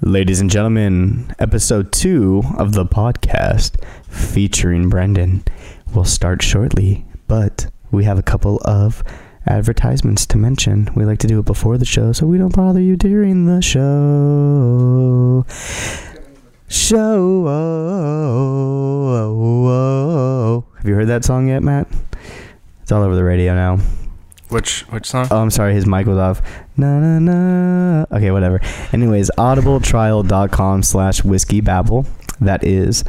Ladies and gentlemen, episode two of the podcast featuring Brendan will start shortly, but we have a couple of advertisements to mention. We like to do it before the show so we don't bother you during the show. Show. Have you heard that song yet, Matt? It's all over the radio now. Which which song? Oh, I'm sorry, his mic was off. Na na na. Okay, whatever. Anyways, audibletrial.com slash whiskey babble. That is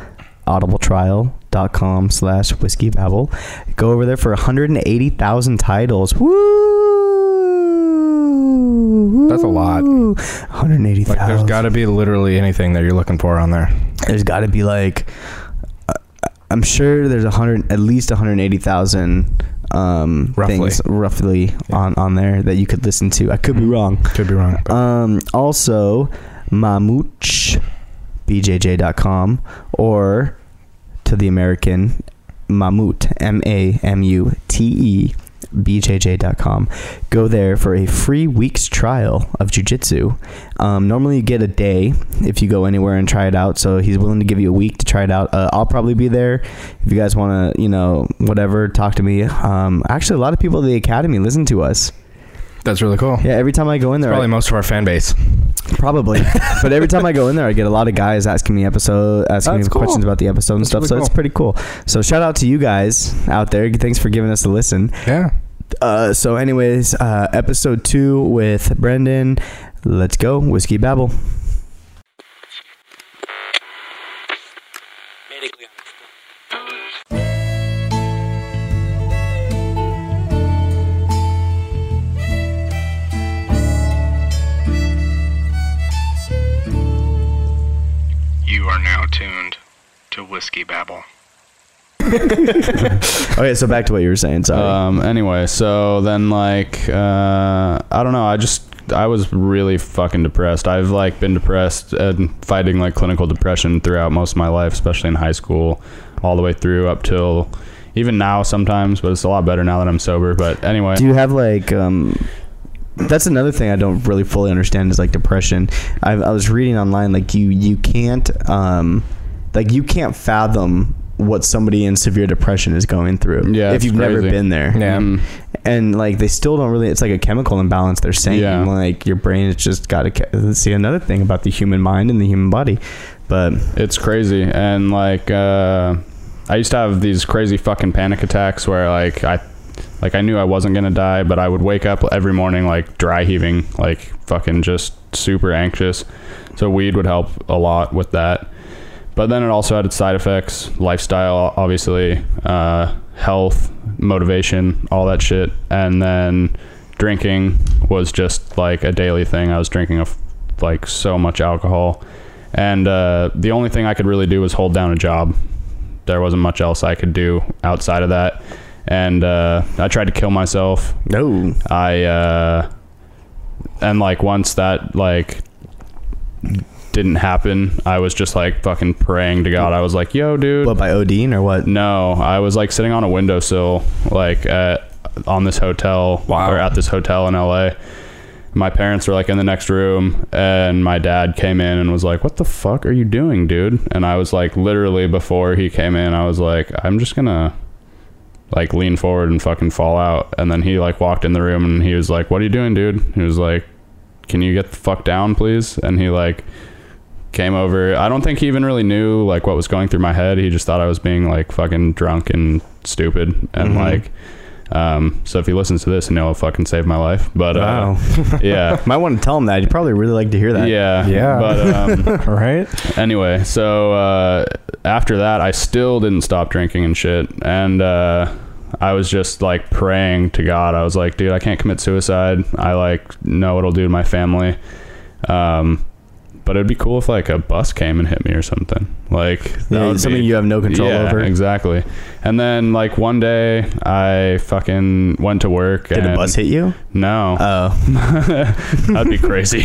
audibletrial.com slash whiskey babble. Go over there for 180,000 titles. Woo! That's a lot. Oh, 180,000. Like, there's got to be literally anything that you're looking for on there. there's got to be like uh, I'm sure there's a hundred at least 180,000 um Roughly. things roughly on on there that you could listen to. I could be wrong. Could be wrong. Uh, but- Um also Mamuch bjj.com or to the American Mamute M A M U T E bjj.com go there for a free week's trial of jiu-jitsu um, normally you get a day if you go anywhere and try it out so he's willing to give you a week to try it out uh, i'll probably be there if you guys want to you know whatever talk to me um, actually a lot of people at the academy listen to us That's really cool. yeah every time i go in there I- Probably most of our fan base. Probably, but every time I go in there, I get a lot of guys asking me episode, asking That's me cool. questions about the episode and That's stuff. really so it's cool. pretty cool. So shout out to you guys out there. Thanks for giving us a listen. Yeah. Uh, so, anyways, uh, episode two with Brendan. Let's go, whiskey babble. You are now tuned to Whiskey Babble. Okay, so back to what you were saying. Sorry. Um, anyway, so then like uh, I don't know. I just I was really fucking depressed. I've like been depressed and fighting like clinical depression throughout most of my life, especially in high school, all the way through up till even now sometimes. But it's a lot better now that I'm sober. But anyway, Do you have like um that's another thing I don't really fully understand is like depression. I, I was reading online like you you can't um like you can't fathom what somebody in severe depression is going through. Yeah, if it's you've never crazy. been there. Yeah. Mm, And like they still don't really. It's like a chemical imbalance. They're saying Yeah. like your brain has just got to. Let's see another thing about the human mind and the human body, but it's crazy and like uh, I used to have these crazy fucking panic attacks where like I. Like I knew I wasn't gonna die, but I would wake up every morning like dry heaving, like fucking just super anxious. So weed would help a lot with that. But then it also had its side effects, lifestyle, obviously, uh, health, motivation, all that shit. And then drinking was just like a daily thing. I was drinking of like so much alcohol. And uh, the only thing I could really do was hold down a job. There wasn't much else I could do outside of that. And uh, I tried to kill myself. no. I uh and like once that like didn't happen, I was just like fucking praying to God. I was like, "Yo, dude, What by Odin or what? no." I was like sitting on a windowsill like at, on this hotel Wow. or at this hotel in LA. My parents were like in the next room and my dad came in and was like, "What the fuck are you doing, dude?" And I was like literally before he came in, I was like, "I'm just going to like lean forward and fucking fall out. And then he like walked in the room and he was like, "What are you doing, dude?" He was like, "Can you get the fuck down, please?" And he like came over. I don't think he even really knew like what was going through my head. He just thought I was being like fucking drunk and stupid Mhm. and like um so if he listens to this, he'll fucking save my life. But Wow. uh yeah. Might want to tell him that. You'd probably really like to hear that. Yeah. Yeah. But um Right. anyway, so uh, after that, I still didn't stop drinking and shit, and uh, I was just like praying to God. I was like, dude, I can't commit suicide. I like know what it'll do to my family. Um, but it'd be cool if like a bus came and hit me or something. Like that Yeah, would be- something you have no control yeah, over. Exactly. And then like one day, I fucking went to work. Did and a bus hit you? No. Oh, That'd be crazy.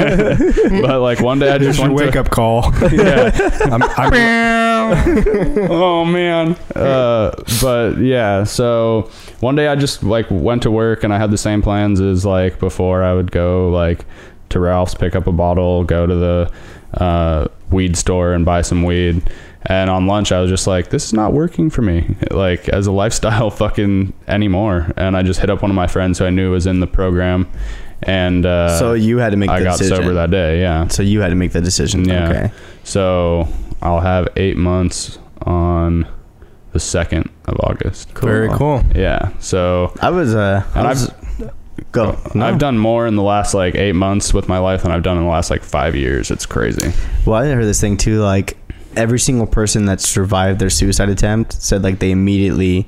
but like one day, I just Just went your to, wake up call. Yeah. I'm, I'm, oh man uh, but yeah so one day i just like went to work and i had the same plans as like before i would go like to Ralph's, pick up a bottle, go to the uh, weed store and buy some weed. And on lunch, I was just like, this is not working for me, like as a lifestyle fucking anymore. And I just hit up one of my friends who I knew was in the program. And uh, so you had to make. The I got decision. sober that day, yeah. So you had to make the decision. Yeah. Okay. So I'll have eight months on the 2nd of August. Very cool. Yeah. So I was. Uh, I And I've- was. Go. Uh, I've done more in the last like eight months with my life than I've done in the last like five years. It's crazy. Well, I heard this thing too. Like every single person that survived their suicide attempt said like they immediately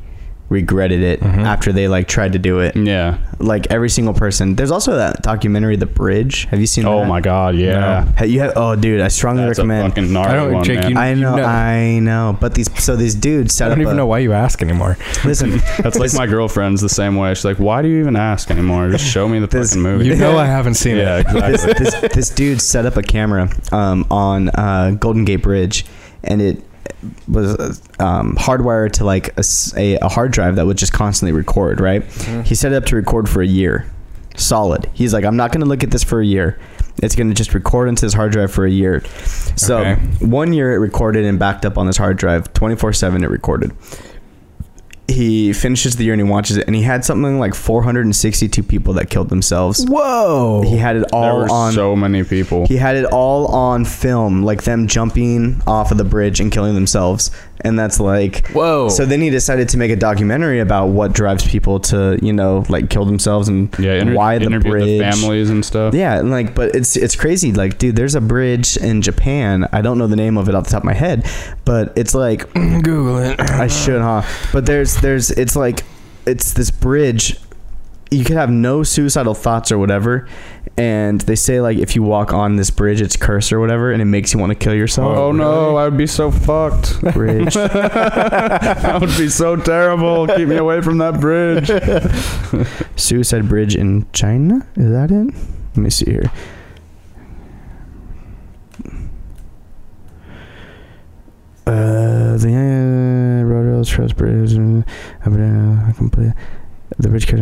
regretted it Mhm. after they like tried to do it. Yeah. Like every single person. There's also that documentary, The Bridge. Have you seen? Oh that? my god. Yeah. Hey, you have, oh, dude, I strongly That's a recommend. fucking gnarly I don't- one, Jake, man. you- I know, I know, but these so these dudes set I don't up. even a, know why you ask anymore. Listen, That's like my girlfriend's the same way. She's like, why do you even ask anymore? Just show me the This- fucking movie. You know I haven't seen yeah. it. Exactly. this, this, this dude set up a camera um, on uh, Golden Gate Bridge, and it was uh, um, hardwired to like a, s- a- a hard drive that would just constantly record. Right? Mm-hmm. He set it up to record for a year, solid. He's like, I'm not going to look at this for a year. It's going to just record into this hard drive for a year. So Okay. one year it recorded and backed up on this hard drive, 24 seven it recorded. He finishes the year and he watches it, and he had something like 462 people that killed themselves. Whoa. He had it There all were on so many people. he had it all on film, like them jumping off of the bridge and killing themselves. And that's like Whoa. So then he decided to make a documentary about what drives people to, you know, like kill themselves and yeah. Inter- why the interviewed bridge. families and stuff. Yeah, and like but it's it's crazy. Like, dude, there's a bridge in Japan. I don't know the name of it off the top of my head, but it's like Google it. I should, huh? But there's there's it's like it's this bridge. You could have no suicidal thoughts or whatever, and they say like if you walk on this bridge, it's cursed or whatever, and it makes you want to kill yourself. Oh no, I would be so fucked. Bridge. that would be so terrible. Keep me away from that bridge. Suicide bridge in China? Is that it? Let me see here. Uh, the uh, Rodriguez Trust Bridge. uh, uh, uh, complete- The bridge could-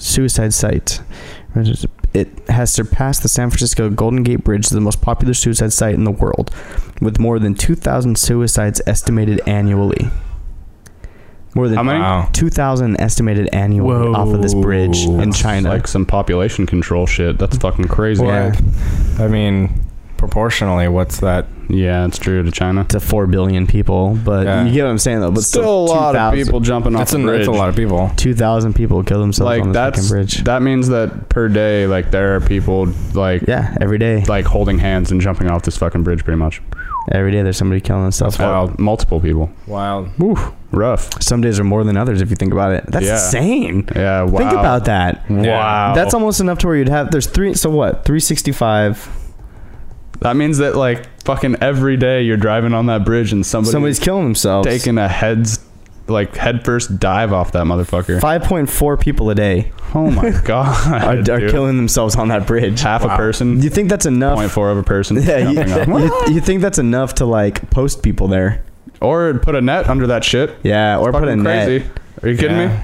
suicide site. It has surpassed the San Francisco Golden Gate Bridge, the most popular suicide site in the world, with more than 2,000 suicides estimated annually. More than How many? Wow. 2,000 estimated annually off of this bridge Whoa. in That's China. Like some population control shit. That's fucking crazy. Yeah. I mean, proportionally, what's that? Yeah, it's true to China. to 4 billion people, but Yeah. you get what I'm saying though. But still, a lot of 2,000 people jumping off That's, the an, bridge. that's a lot of people. 2,000 people kill themselves Like on the fucking that's bridge. that means that per day, like there are people like yeah, every day. like holding hands and jumping off this fucking bridge, pretty much. Every day there's somebody killing themselves. Wow, multiple people. Wild. Rough. Some days are more than others if you think about it. That's Yeah. insane. Yeah. Wow. Think about that. Wow. That's almost enough to where you'd have there's 3 so what? 365. that means that like fucking every day you're driving on that bridge and somebody Somebody's killing themselves. taking a heads like headfirst dive off that motherfucker. 5.4 people a day Oh my god. are, are dude. killing themselves on that bridge. half Wow. a person. Do you think that's enough? Point four of a person. Yeah, you, jumping off. you, you think that's enough to like post people there? Or put a net under that shit. Yeah, or put a Fucking net. crazy. Are you kidding Yeah.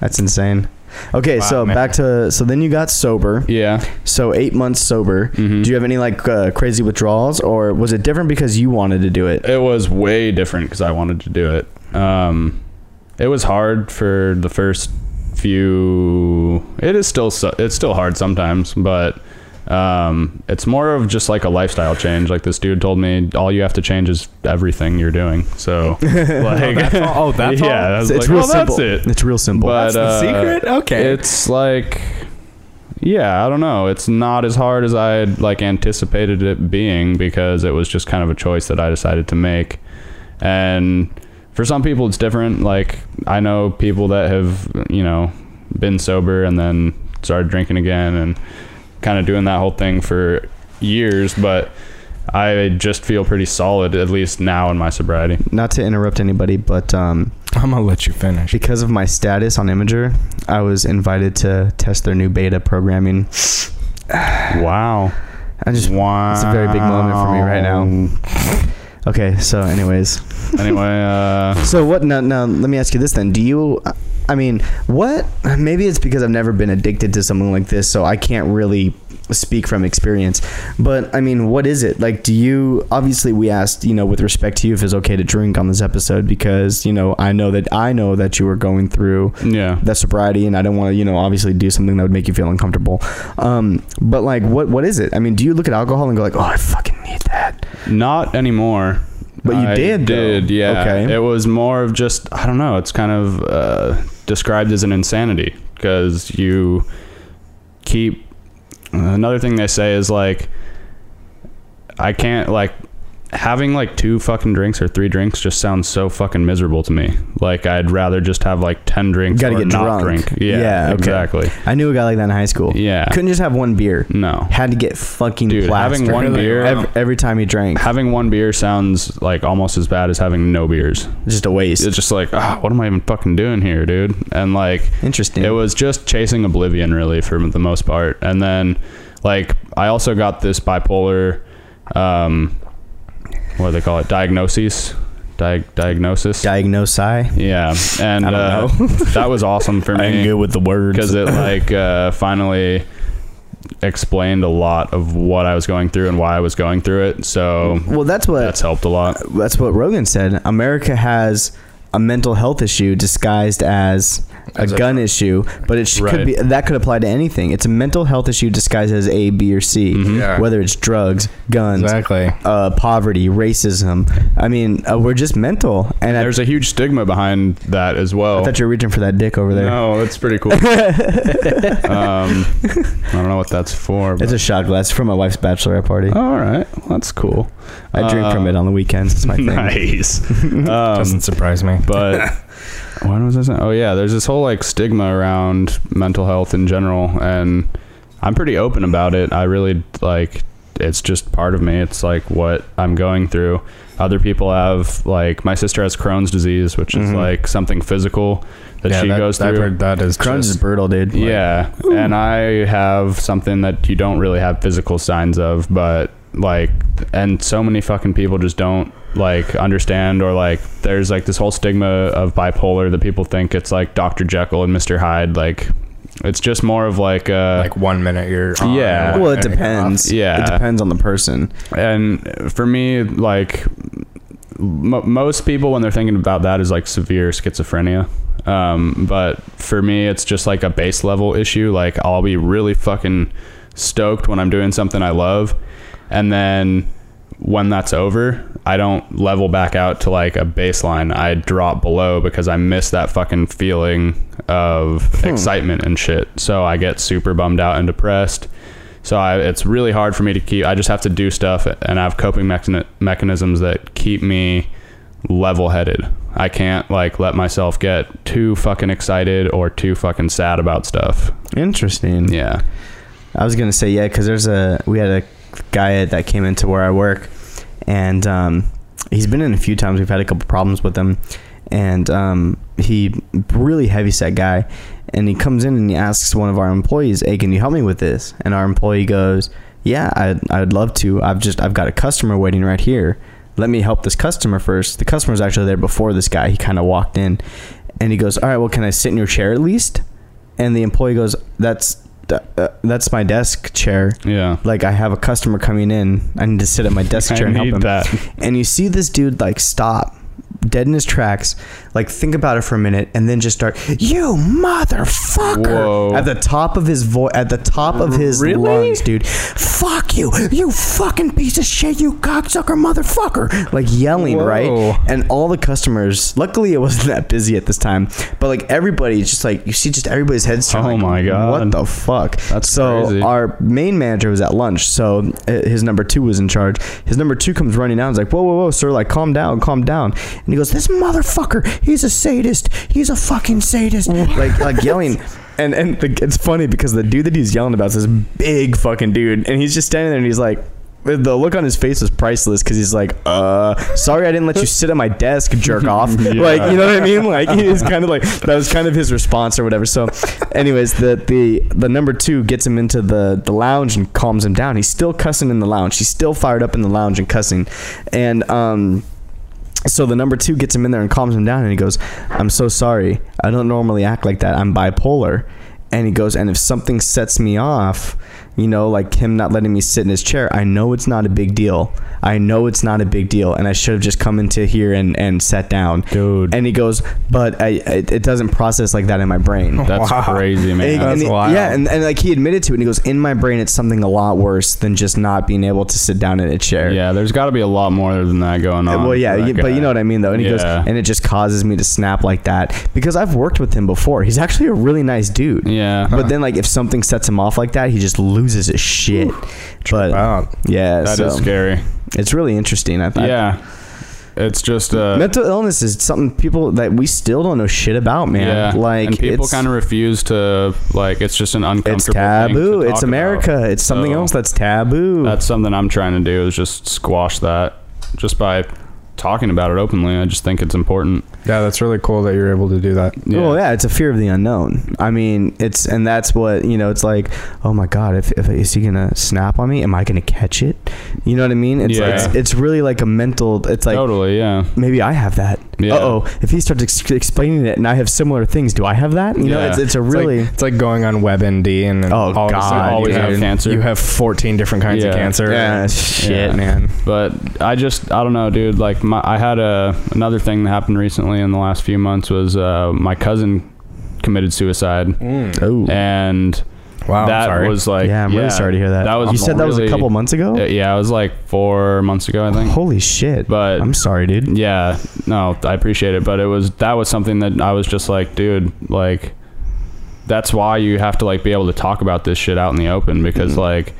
That's insane. Okay, Wow, so man. back to so then you got sober. me? Yeah. So eight months sober. Mhm. Do you have any like uh, crazy withdrawals, or was it different because you wanted to do it? It was way different because I wanted to do it. Um, it was hard for the first few. It is still so, it's still hard sometimes, but um, it's more of just like a lifestyle change. Like this dude told me, all you have to change is everything you're doing. So, like, That's all, oh, that's yeah, all? I was it's like, real well, simple. that's it. It's real simple. But, That's the uh, secret? Okay. It's like, yeah, I don't know. It's not as hard as I had like anticipated it being because it was just kind of a choice that I decided to make. And for some people, it's different. Like I know people that have you know been sober and then started drinking again and kind of doing that whole thing for years, but. I just feel pretty solid, at least now in my sobriety. Not to interrupt anybody, but um, I'm going to let you finish. because of my status on Imager, I was invited to test their new beta programming. Wow. I just wow. it's a very big moment for me right now. okay, so anyways, anyway, uh, So what? Now, now let me ask you this then. Do you? I mean, what? Maybe it's because I've never been addicted to something like this, so I can't really speak from experience. But I mean, what is it? Like, do you obviously we asked, you know, with respect to you if it's okay to drink on this episode because, you know, I know that I know that you were going through Yeah. that sobriety and I don't want to, you know, obviously do something that would make you feel uncomfortable. Um, but like what what is it? I mean, do you look at alcohol and go like, "Oh, I fucking need that." Not anymore. But you I did, though. Did yeah. Okay. It was more of just I don't know. It's kind of uh, described as an insanity because you keep. Another thing they say is like, I can't like having like two fucking drinks or three drinks just sounds so fucking miserable to me. Like I'd rather just have like ten drinks Gotta or get not drunk. drink. Yeah. Yeah, okay. Exactly. I knew a guy like that in high school. Yeah. Couldn't just have one beer. no. Had to get fucking Dude, having plastered one beer- every, every time he drank. Having one beer sounds like almost as bad as having no beers. Just a waste. it's just like, ah, what am I even fucking doing here, dude? And like, Interesting. it was just chasing oblivion, really, for the most part. And then, like, I also got this bipolar, um, what do they call it? Diagnosis, Diag- diagnosis. Diagnosi. yeah, and I don't uh, that was awesome for I'm me good with the words. because it like uh, finally explained a lot of what I was going through and why I was going through it. So Well, that's what that's helped a lot. that's what Rogan said. America has a mental health issue disguised as a As a- gun issue, but it sh- could Right. be that could apply to anything. It's a mental health issue disguised as A, B, or C. Mhm. Yeah. Whether it's drugs, guns, exactly. uh, poverty, racism. I mean, uh, we're just mental. And I, There's a huge stigma behind that as well. I thought you were reaching for that dick over there. No, that's pretty cool. um, I don't know what that's for. But. It's a shot glass from my wife's bachelorette party. all right, well, that's cool. I drink from Um, it on the weekends. It's my thing. Nice. Doesn't Um, surprise me. but when was I saying? Oh yeah, there's this whole like stigma around mental health in general, and I'm pretty open about it. I really like it's just part of me. It's like what I'm going through. Other people have like my sister has Crohn's disease, which is Mhm. like something physical that she goes through. I've heard that is Crohn's is just- brutal, dude. yeah, and I have something that you don't really have physical signs of, but like, and so many fucking people just don't like understand or like. There's like this whole stigma of bipolar that people think it's like Dr. Jekyll and Mr. Hyde. Like, it's just more of like, uh, like one minute you're on, Yeah. one Well, it minute you're depends. Yeah. It depends on the person. and for me, like, mo most people when they're thinking about that is like severe schizophrenia. Um, but for me, it's just like a base level issue. Like I'll be really fucking stoked when I'm doing something I love, and then when that's over, I don't level back out to like a baseline. I drop below because I miss that fucking feeling of excitement and shit. So I get super bummed out and depressed. So I, it's really hard for me to keep. I just have to do stuff, and I have coping mechani- mechanisms that keep me level-headed. I can't like let myself get too fucking excited or too fucking sad about stuff. Interesting. Yeah. I was gonna say yeah, because there's a we had a guy that came into where I work, and um, he's been in a few times. We've had a couple problems with him, and um, he really heavy set guy, and he comes in and he asks one of our employees, "Hey, can you help me with this?" And our employee goes, "Yeah, I I'd love to. I've just I've got a customer waiting right here. Let me help this customer first. The customer's actually there before this guy. He kind of walked in, and he goes, "All right, well, can I sit in your chair at least?" And the employee goes, "That's." th- uh, that's my desk chair. Yeah. Like I have a customer coming in. I need to sit at my desk chair I and help need him. that. And you see this dude like stop dead in his tracks, like think about it for a minute, and then just start, you motherfucker Whoa. at the top of his voice at the top of his lungs, dude. Fuck you, you fucking piece of shit, you cocksucker motherfucker. Like yelling, right? Whoa. And all the customers luckily it wasn't that busy at this time, but like everybody just like you see just everybody's heads turn, Oh like, my God. What the fuck? That's so crazy. our main manager was at lunch, so uh, his number two was in charge. His number two comes running out. He's like, "Whoa, whoa, whoa, sir! Like, calm down, calm down." And he goes, "This motherfucker! He's a sadist! He's a fucking sadist!" like, like yelling. And and the, it's funny because the dude that he's yelling about is this big fucking dude, and he's just standing there and he's like. The the look on his face was priceless because he's like, "Uh, sorry, I didn't let you sit at my desk, jerk off." Like, you know what I mean? Like, he is kind of like that was kind of his response or whatever. So, anyways, the the the number two gets him into the the lounge and calms him down. He's still cussing in the lounge. He's still fired up in the lounge and cussing, and um. So the number two gets him in there and calms him down, and he goes, "I'm so sorry. I don't normally act like that. I'm bipolar." And he goes, "And if something sets me off, You know, like him not letting me sit in his chair. I know it's not a big deal. I know it's not a big deal, and I should have just come into here and and sat down. dude. And he goes, but I, it, it doesn't process like that in my brain. that's Wow. crazy, man. And- and That's he- wild. Yeah, and, and like he admitted to it, and he goes, "In my brain, it's something a lot worse than just not being able to sit down in a chair." Uh, yeah, there's got to be a lot more than that going on. Well, yeah, for that you- but guy. you know what I mean, though. And he goes, Yeah. and it just causes me to snap like that because I've worked with him before. He's actually a really nice dude. Yeah, But then, like, if something sets him off like that, he just loses his shit. But Wow. yeah, that is so scary. it's really interesting. I thought. yeah, it's just uh, Mental illness is something people that we still don't know shit about, man. Yeah, Like, and people it's, kind of refuse to like. It's just an uncomfortable. it's thing taboo. to It's talk America. about. It's something So, uh, else that's taboo. That's something I'm trying to do is just squash that, just by talking about it openly. I just think it's important. Yeah, that's really cool that you're able to do that. Yeah. Well, yeah, it's a fear of the unknown. I mean, it's and that's what you know. It's like, oh my god, if, if is he gonna snap on me? Am I gonna catch it? You know what I mean? It's like, Yeah. it's, it's really like a mental. It's like totally. Yeah. maybe I have that. Yeah. Uh oh, if he starts ex- explaining it and I have similar things, do I have that? You know, Yeah. it's it's a It's really like, it's like going on WebMD and then Oh, all of a sudden God, you Always have cancer. You have 14 different kinds of Yeah. cancer. yeah, shit, Yeah. man. But I just I don't know, dude. Like my, I had a another thing that happened recently in the last few months was uh, my cousin committed suicide, Mm. Oh, and Wow. I'm that sorry. was like yeah, I'm really sorry to hear that. That was you said that was a really- couple months ago. Uh, yeah, it was like four months ago, I think. Holy shit! But I'm sorry, dude. yeah, no, I appreciate it, but it was that was something that I was just like, dude, like that's why you have to like be able to talk about this shit out in the open because Mm-hmm. like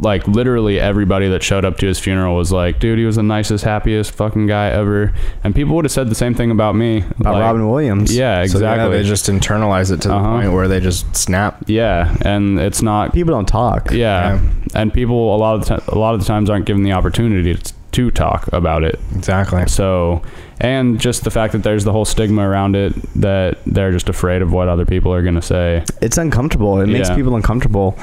like literally everybody that showed up to his funeral was like, dude, he was the nicest, happiest fucking guy ever. And people would have said the same thing about me. About like- Robin Williams. Yeah, So, yeah, exactly. they just internalize it to the Uh-huh. point where they just snap. yeah, and it's not people don't talk. yeah. Yeah. and people a lot of the ti- a lot of the times aren't given the opportunity to, to talk about it. Exactly. So, and just the fact that there's the whole stigma around it that they're just afraid of what other people are gonna say. it's uncomfortable. It makes Yeah. people uncomfortable,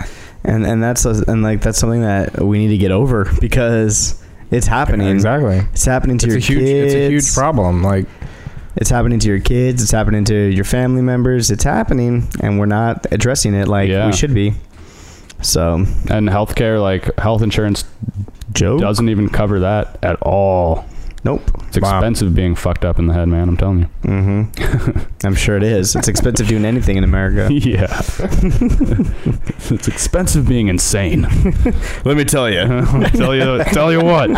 and and that's a, and like that's something that we need to get over because it's happening. Exactly. It's happening to It's your a huge. kids. It's a huge problem. Like It's happening to your kids. It's happening to your family members. It's happening, and we're not addressing it like Yeah. we should be. So, And healthcare, like health insurance, Joe, doesn't even cover that at all. nope. It's Wow. expensive being fucked up in the head, man. I'm telling you. Mm-hmm. I'm sure it is. It's expensive doing anything in America. Yeah, it's expensive being insane. Let me tell you. tell you, tell you what.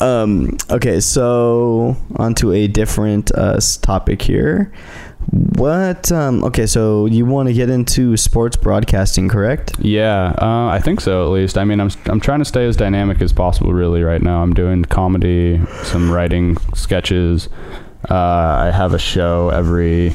Um, okay, so onto a different uh, s- topic here. What? Um, okay, so you want to get into sports broadcasting, correct? Yeah, uh, I think so. At least, I mean, I'm I'm trying to stay as dynamic as possible. Really, right now, I'm doing comedy, some writing sketches. Uh, I have a show every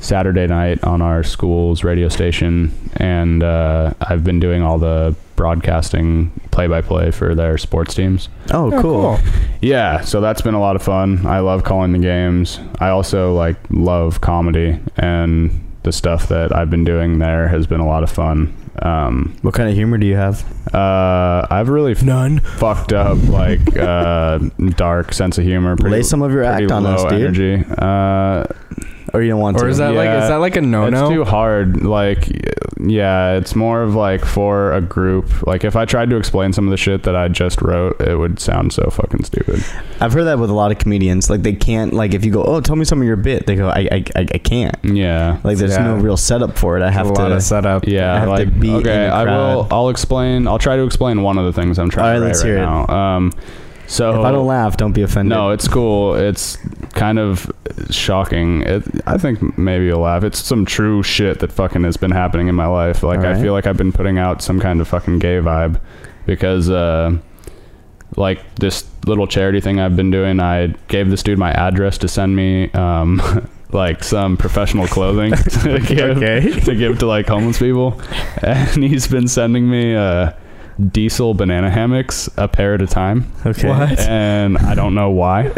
Saturday night on our school's radio station, and uh, I've been doing all the broadcasting play-by-play for their sports teams. Oh, oh, cool. Yeah, so that's been a lot of fun. I love calling the games. I also like love comedy, and the stuff that I've been doing there has been a lot of fun. Um, What kind of humor do you have? uh, I've really f- None. fucked up, like uh, dark sense of humor. Pretty, Lay some of your pretty act on low us, dude. energy. Uh, Or you don't want Or to? is that Yeah. like is that like a no it's too Oh, no? hard. Like, yeah, it's more of like for a group. Like, if I tried to explain some of the shit that I just wrote, it would sound so fucking stupid. I've heard that with a lot of comedians. Like they can't. Like if you go, oh, tell me some of your bit, they go, I, I, I, I can't. Yeah. Like there's Yeah. no real setup for it. I Have have a to. lot of setup. I Yeah, have to like be in okay, the I will. crowd. I'll explain. I'll try to explain one of the things I'm All trying right, to let's write hear right it. now. Um, so if I don't laugh, don't be offended. Oh. No, it's cool. It's kind of shocking. It, I think maybe you'll laugh. It's some true shit that fucking has been happening in my life. Like I Alright. feel like I've been putting out some kind of fucking gay vibe because uh like this little charity thing I've been doing, I gave this dude my address to send me um like some professional clothing to give Okay. to give to like homeless people. And he's been sending me uh diesel banana hammocks a pair at a time Okay. and I don't know why.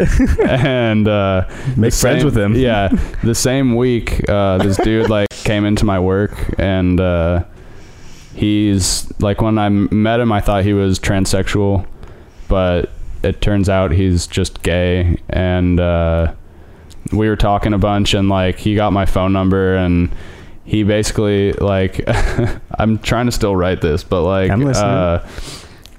and uh, the Make friends same- with him. Yeah, the same week, uh, this dude like came into my work, and uh, he's like when I m- met him, I thought he was transsexual, but it turns out he's just gay, and uh, we were talking a bunch, and like he got my phone number and. he basically like I'm trying to still write this, but like I'm listening. uh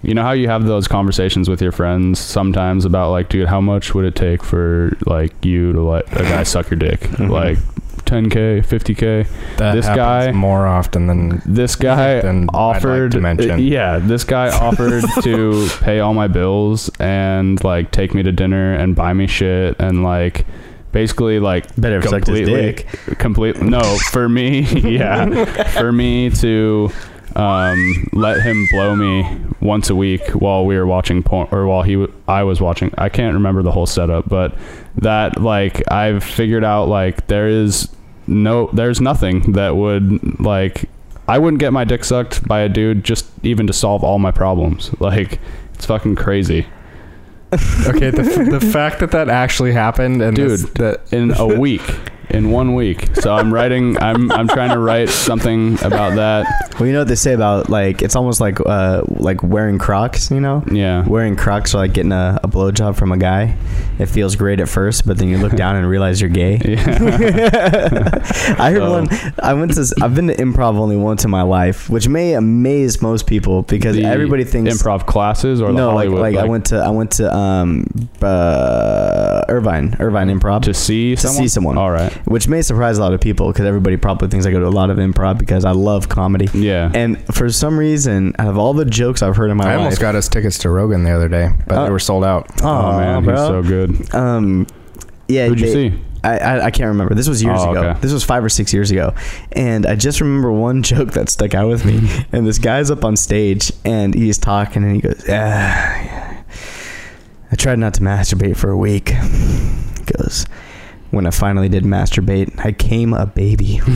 you know how you have those conversations with your friends sometimes about like, dude, how much would it take for like you to let a guy suck your dick? Mhm. Like 10k, 50k. That This happens guy- more often than This guy Then I'd like offered to mention. uh, yeah, this guy offered to pay all my bills and like take me to dinner and buy me shit and like basically like Better have sucked his completely- dick. complete no for me yeah for me to um let him blow me once a week while we were watching porn or while he w- i was watching i can't remember the whole setup but that like i've figured out like there is no there's nothing that would like i wouldn't get my dick sucked by a dude just even to solve all my problems like it's fucking crazy okay. The, f- the fact that that actually happened and Dude. this- that in a week in one week so i'm writing i'm i'm trying to write something about that Well, you know what they say about like it's almost like uh like wearing Crocs. You know, yeah wearing Crocs or like getting a, a blowjob from a guy. It feels great at first, but then you look down and realize you're gay. yeah I heard So- one. I went to. I've been to improv only once in my life, which may amaze most people because The everybody thinks improv classes or the no. Like, Hollywood, like, I went to. I went to um uh, Irvine, Irvine Improv, to see to someone? see someone. All right, which may surprise a lot of people because everybody probably thinks I go to a lot of improv because I love comedy. yeah, And for some reason, out of all the jokes I've heard in my I life, almost got us tickets to Rogan the other day, but Oh. they were sold out. oh, man, he's so good. um, yeah. Who'd you they- see? I, I, I can't remember. This was years Oh, ago. okay. This was five or six years ago. And I just remember one joke that stuck out with me. And this guy's up on stage and he's talking and he goes, ah, I tried not to masturbate for a week. He goes, when I finally did masturbate, I came a baby.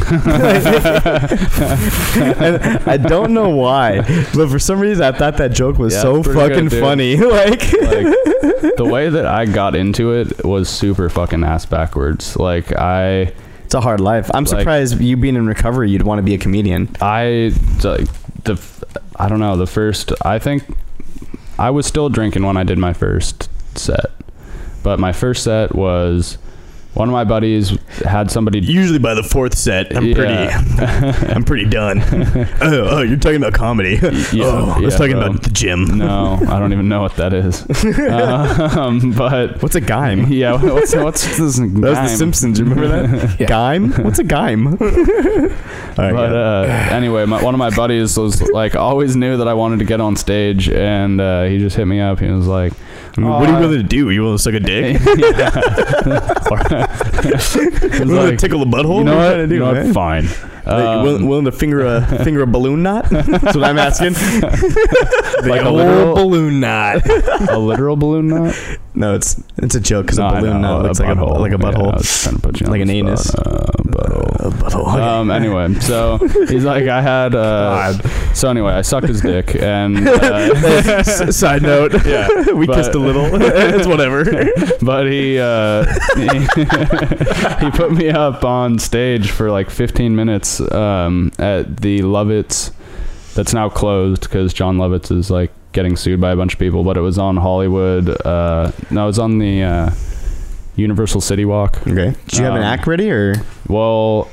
And I don't know why, but for some reason I thought that joke was Yeah, so it's pretty good, fucking dude. funny. like, Like, the way that I got into it was super fucking ass backwards. Like I, it's a hard life. I'm Like- surprised you being in recovery, you'd want to be a comedian. I like the, f- I don't know the first. I think I was still drinking when I did my first set, but my first set was one of my buddies had somebody Usually by the fourth set, I'm pretty, I'm pretty done. oh, oh, you're talking about comedy. Yeah, oh, I was yeah, talking bro. about the gym. No, I don't even know what that is. um, but What's a gime? yeah, what's what's this? That was The Simpsons. You remember that? Gime? What's a gime? All right, But yeah. uh, anyway, my, one of my buddies was like always knew that I wanted to get on stage, and uh, he just hit me up. He was like, what are you uh, willing to do? You want to suck a dick? He was willing like, to tickle a butthole? you know are what? trying to do, you know man? what? Fine. Like, Um, will- willing to finger a finger a balloon knot? That's what I'm asking. like a Old literal, balloon knot. a literal balloon knot? no, it's it's a joke because No, a I balloon know, knot looks like a like a Yeah, I butthole. was trying to put you on Like the an anus. spot. Uh, butthole. A butthole. Okay. Um. Anyway, so he's like, I had. Uh, so anyway, I sucked his dick, and uh, S- Side note. yeah, we but- kissed a little. it's whatever. but he uh, he, he put me up on stage for like 15 minutes um, at the Lovitz that's now closed because John Lovitz is like getting sued by a bunch of people. But it was on Hollywood. Uh, no, it was on the uh, Universal City Walk. Okay. Do you have an Um, act ready or? Well,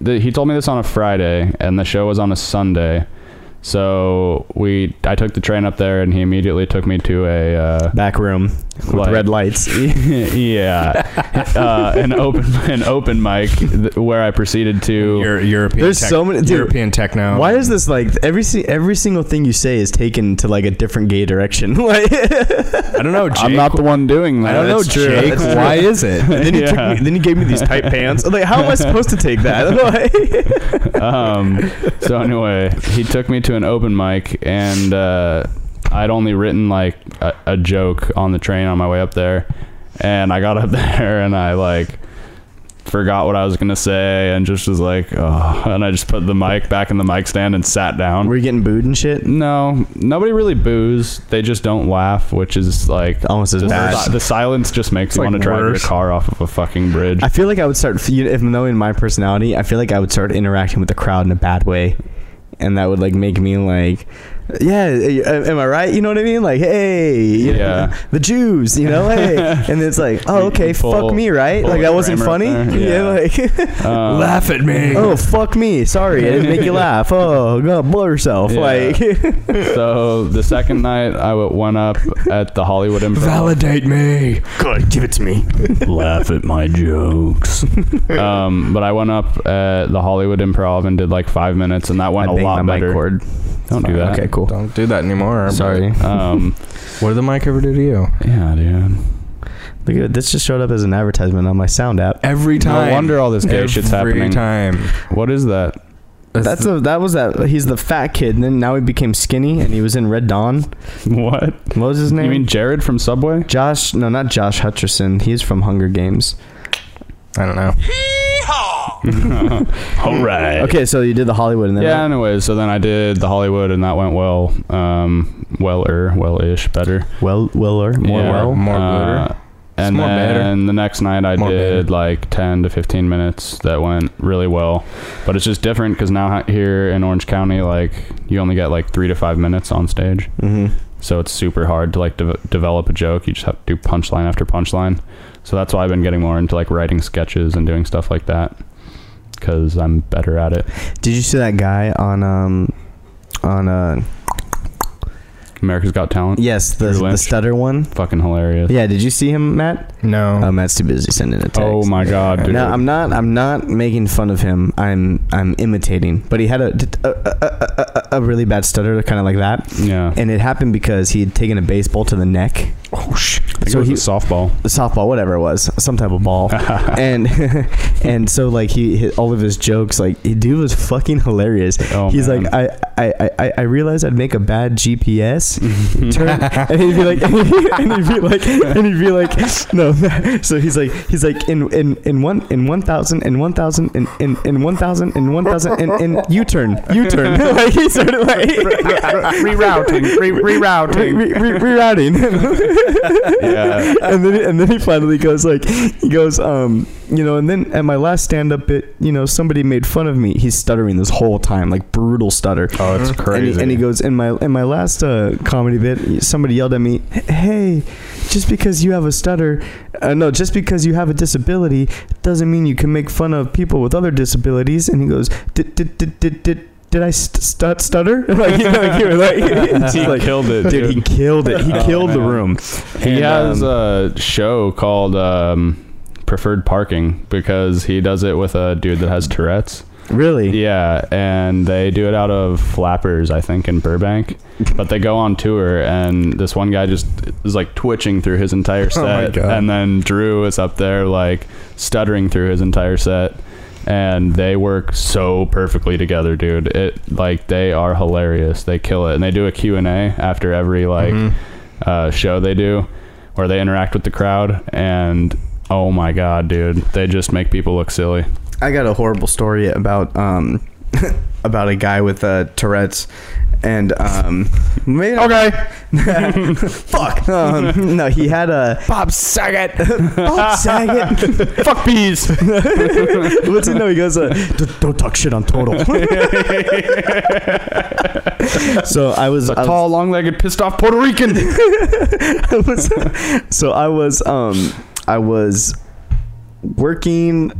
the, he told me this on a Friday, and the show was on a Sunday. So we, I took the train up there, and he immediately took me to a uh, back room with Like- red lights. yeah, uh, an open an open mic th- where I proceeded to. Euro- European. There's so many- dude. European techno. Why is this like every si- every single thing you say is taken to like a different gay direction? like, I don't know. Jake, I'm not the one doing that. I don't know, That's true. Jake. That's true. Why is it? and then you took Yeah. me, then you gave me these tight pants. Like, how am I supposed to take that? Like- um, so anyway, he took me to an open mic, and uh, I'd only written like a, a joke on the train on my way up there, and I got up there and I like forgot what I was gonna say and just was like, oh, and I just put the mic back in the mic stand and sat down. Were you getting booed and shit? no, nobody really boos. They just don't laugh, which is like Almost as just bad. The, the silence just makes you like want to drive worse. your car off of a fucking bridge. I feel like I would start f- you- if knowing my personality, I feel like I would start interacting with the crowd in a bad way, and that would like make me like yeah, a- am I right? You know what I mean? Like, hey, you know, Yeah. the Jews, you know, hey, and it's like, You- oh, okay, you pull- fuck me, right? pull Like the that wasn't funny. grammar up Yeah, there. like, Um, Laugh at me. oh, fuck me, sorry, I didn't make you laugh. Oh, go blow yourself, Yeah. like, so the second night I w- went up at the Hollywood Improv. Validate me. good, give it to me. laugh at my jokes. um, but I went up at the Hollywood Improv and did like five minutes, and that went I a banged lot my better. mic cord. Don't do that. Okay, cool. Don't do that anymore. but- Sorry. Um, What did the mic ever do to you? yeah, dude. Look at this. Just showed up as an advertisement on my sound app. Every time. No wonder all this gay shit's happening. Every time. What is that? That's a, that was that. He's the fat kid. And then now he became skinny, and he was in Red Dawn. What? What was his name? You mean Jared from Subway? Josh? No, not Josh Hutcherson. He's from Hunger Games. I don't know. all right. Okay, so you did the Hollywood, and then Yeah. Anyways, so then I did the Hollywood, and that went well. Um, weller, well-ish, better. well, weller, more Yeah. well. More Uh, better. and more better. then the next night I More did better. like 10 to 15 minutes that went really well. But it's just different because now h- here in Orange County, like you only get like three to five minutes on stage. Mm-hmm. So it's super hard to like de- develop a joke. You just have to do punchline after punchline. So that's why I've been getting more into like writing sketches and doing stuff like that because I'm better at it. Did you see that guy on um on uh America's Got Talent. yes the Peter the Lynch? stutter one? Fucking hilarious. Yeah, did you see him, Matt? No. Oh, Matt's too busy sending a text. Oh my god, dude. No, I'm not. I'm not making fun of him. I'm I'm imitating. But he had a a, a, a, a really bad stutter, kind of like that, yeah. and it happened because he had taken a baseball to the neck, Oh shit. I think So it was he- a softball. a softball, whatever it was, some type of ball, and and so like he hit all of his jokes. Like he- dude was fucking hilarious. Oh, He's man. like, I, I, I- I, I realized I'd make a bad GPS turn, and he'd be like, and he'd be like, and he'd be like, no. So he's like, he's like, in in in one in one thousand in one thousand in in in one thousand in one thousand in in U turn U turn. Like he started like rerouting. Re- re- rerouting. re- re- rerouting. yeah. and then and then he finally goes like he goes um you know and then at my last stand up bit you know somebody made fun of me he's stuttering this whole time like brutal stutter Oh, it's and crazy. he, and he goes in my in my last uh, comedy bit. Somebody yelled at me, "Hey, just because you have a stutter, uh, no, just because you have a disability doesn't mean you can make fun of people with other disabilities." And he goes, "Did did did did did, did I st- st- stutter?" Like, you know, like, you were like, it's He like, killed it, dude. He dude. killed it. He Oh, killed the man. room. He And, has um, a show called um, Preferred Parking because he does it with a dude that has Tourette's. really. Yeah, and they do it out of Flappers, I think, in Burbank. But they go on tour, and this one guy just is like twitching through his entire Oh my set, God. and then Drew is up there like stuttering through his entire set, and they work so perfectly together, dude. It like they are hilarious. They kill it, and they do a Q and A after every like Mm-hmm. uh, show they do, where they interact with the crowd, and oh my god, dude, they just make people look silly. I got a horrible story about um about a guy with uh, Tourette's and um maybe okay fuck um, no he had a Bob Saget. Bob Saget Fuck bees. what's he know he goes uh, "Don't- don't talk shit on total so I was I was- long-legged, pissed-off Puerto Rican. I was- so I was um I was working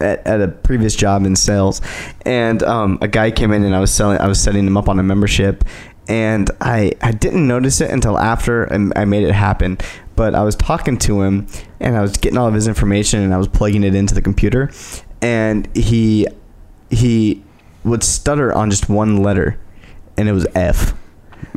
at, at a previous job in sales and um, a guy came in and I was selling I was setting him up on a membership and I I didn't notice it until after I I made it happen but I was talking to him and I was getting all of his information and I was plugging it into the computer and he he would stutter on just one letter and it was F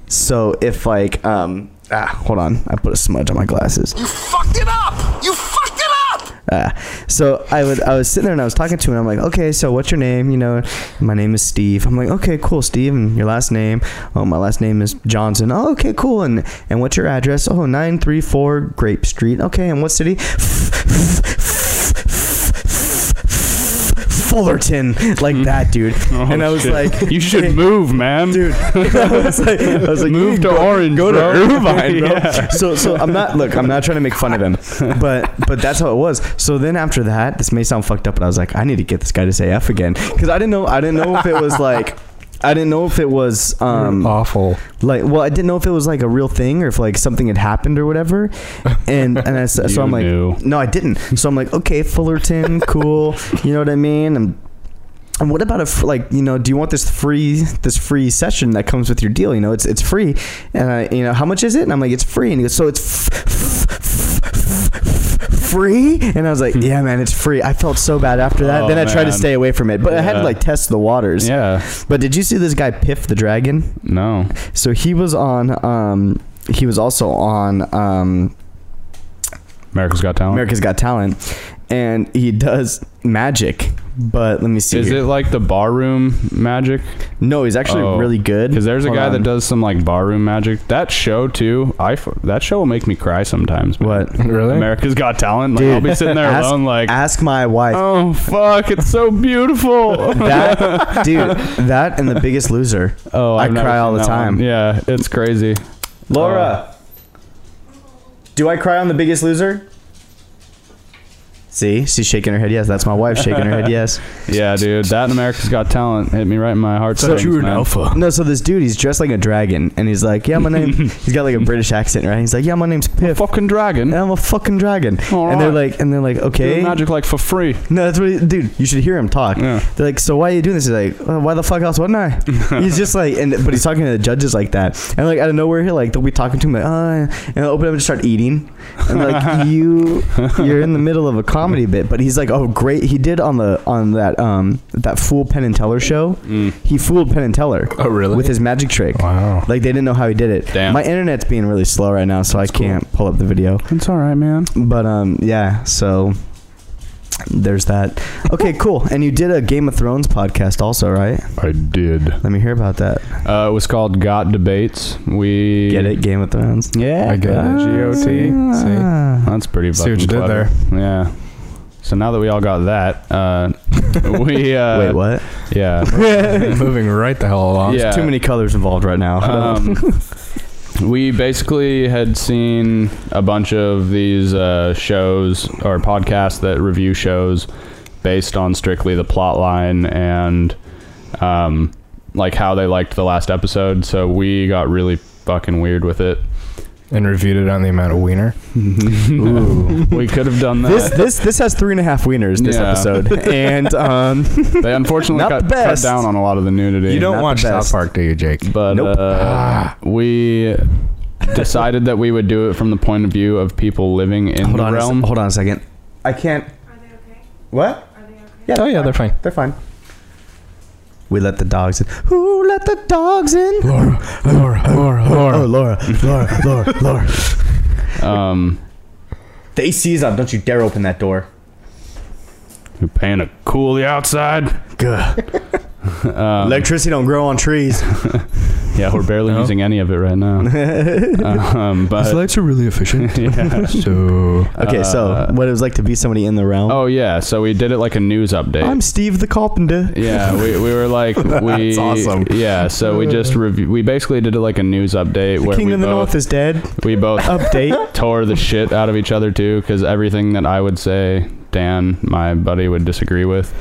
so if like um ah hold on, I put a smudge on my glasses. You fucked it up! You fucked it up! Ah. So I would I was sitting there and I was talking to him. I'm like, okay, so what's your name? You know, my name is Steve. I'm like, okay, cool, Steve. And your last name? Oh, my last name is Johnson. Oh, okay, cool. And and what's your address? Oh, nine three four Grape Street. Okay, and what city? Fullerton, like that, dude. Oh, and I was like, you should move, man. dude. I was like, I was like, move you to go- Orange, go to bro. Irvine, bro. Yeah. So, so I'm not. Look, I'm not trying to make fun of him, but but that's how it was. So then after that, this may sound fucked up, but I was like, I need to get this guy to say F again because I didn't know. I didn't know if it was like. I didn't know if it was um, Awful. like well i didn't know if it was like a real thing or if like something had happened or whatever and and I, s- so You i'm like knew. no i didn't so i'm like okay fullerton cool you know what i mean and and what about if like you know do you want this free this free session that comes with your deal you know it's it's free and I, you know how much is it and i'm like it's free and he goes so it's f- f- f- f- f- free and i was like yeah man it's free i felt so bad after that Oh, then i tried to man. stay away from it but i had to Yeah. like test the waters Yeah. but did you see this guy piff the dragon No. so he was on. Um, he was also on um, America's Got Talent. America's Got Talent, and he does magic. But let me see. Is here. it like the barroom magic? No, he's actually Oh. really good. Because there's a Hold guy on. that does some like barroom magic. That show too. I f- that show will make me cry sometimes. man. What? Really? America's Got Talent. Like, Dude, I'll be sitting there ask- alone, like, Ask my wife. oh fuck, it's so beautiful. That dude, that and the Biggest Loser. oh, I I've never cry all seen the that one. time. Yeah, it's crazy. Laura, Oh. do I cry on the Biggest Loser? See, she's shaking her head. Yes, that's my wife shaking her head. Yes. Yeah, dude, that and America's Got Talent hit me right in my heart. No, so this dude, he's dressed like a dragon, and he's like, "Yeah, my name." he's got like a British accent, right? He's like, "Yeah, my name's Piff." Fucking dragon. and I'm a fucking dragon. All and they're right. like, and they're like, Doing okay. magic like for free. No, that's what, he, dude. You should hear him talk. Yeah. They're like, so why are you doing this? He's like, "Well, why the fuck else wouldn't I? he's just like, and but he's talking to the judges like that, and like out of nowhere, he like they'll be talking to him, like, uh, and they'll open up and start eating, and they're like you, you're in the middle of a comedy bit, but he's like, oh great, he did on the on that um that fool Penn and Teller show, Mm. he fooled Penn and Teller Oh, really? with his magic trick. wow. Like they didn't know how he did it. Damn. My internet's being really slow right now, so I can't pull up the video. It's all right, man. But um, yeah. So there's that. Okay, cool. And you did a Game of Thrones podcast, also, right? I did. Let me hear about that. Uh, it was called Got Debates. We Get it, Game of Thrones. Yeah, I get it. G-O-T. See? Ah. That's pretty. See what fucking you did clever. Yeah. So now that we all got that, uh, we uh, Wait, what? Yeah, Moving right the hell along. yeah. Too many colors involved right now. Um, we basically had seen a bunch of these uh, shows or podcasts that review shows based on strictly the plot line and um, like how they liked the last episode. So we got really fucking weird with it. And reviewed it on the amount of wiener. We could have done that. this this this has three and a half wieners this Yeah. episode, and um, they unfortunately Not the cut, cut best. down on a lot of the nudity. You don't don't not watch watch the best. South South Park, do you, Jake? but Nope. uh, we decided that we would do it from the point of view of people living in hold the on, a, realm. se- hold on a second. I can't. What? Yeah, Oh, yeah, they're fine. They're fine. We let the dogs in. Who let the dogs in? Laura, Laura, Laura, Oh, Laura. Laura, Laura, Laura, Laura. um, The AC is on. Don't you dare open that door. you're paying a coolie outside. Good. Um, Electricity don't grow on trees. Yeah, we're barely No. using any of it right now. um, but lights are really efficient. yeah. So, Okay, so Uh, what it was like to be somebody in the realm. Oh yeah, so we did it like a news update. I'm Steve the Carpenter. yeah, we, we were like we. That's awesome. Yeah, so we just review. We basically did it like a news update where King we of the both North is dead. we both Update. tore the shit out of each other too because everything that i would say dan my buddy would disagree with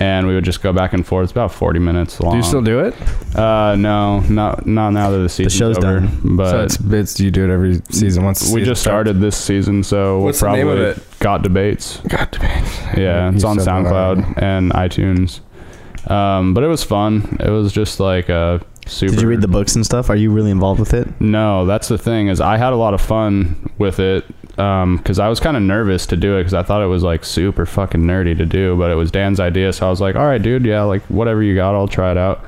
and we would just go back and forth it's about 40 minutes long do you still do it? uh no not not now that the season's show's over done. so but it's, it's you do it every season once. the we season just started this season so we'll What's the probably name of it? got debates starts. God damn it. yeah it's You on said that soundcloud and itunes um but it was fun it was just like a super Did you read the books and stuff? Are you really involved with it? No, that's the thing is I had a lot of fun with it because I was kind of nervous to do it because I thought it was like super fucking nerdy to do, but it was Dan's idea, so I was like, all right, dude, yeah, like whatever you got, I'll try it out.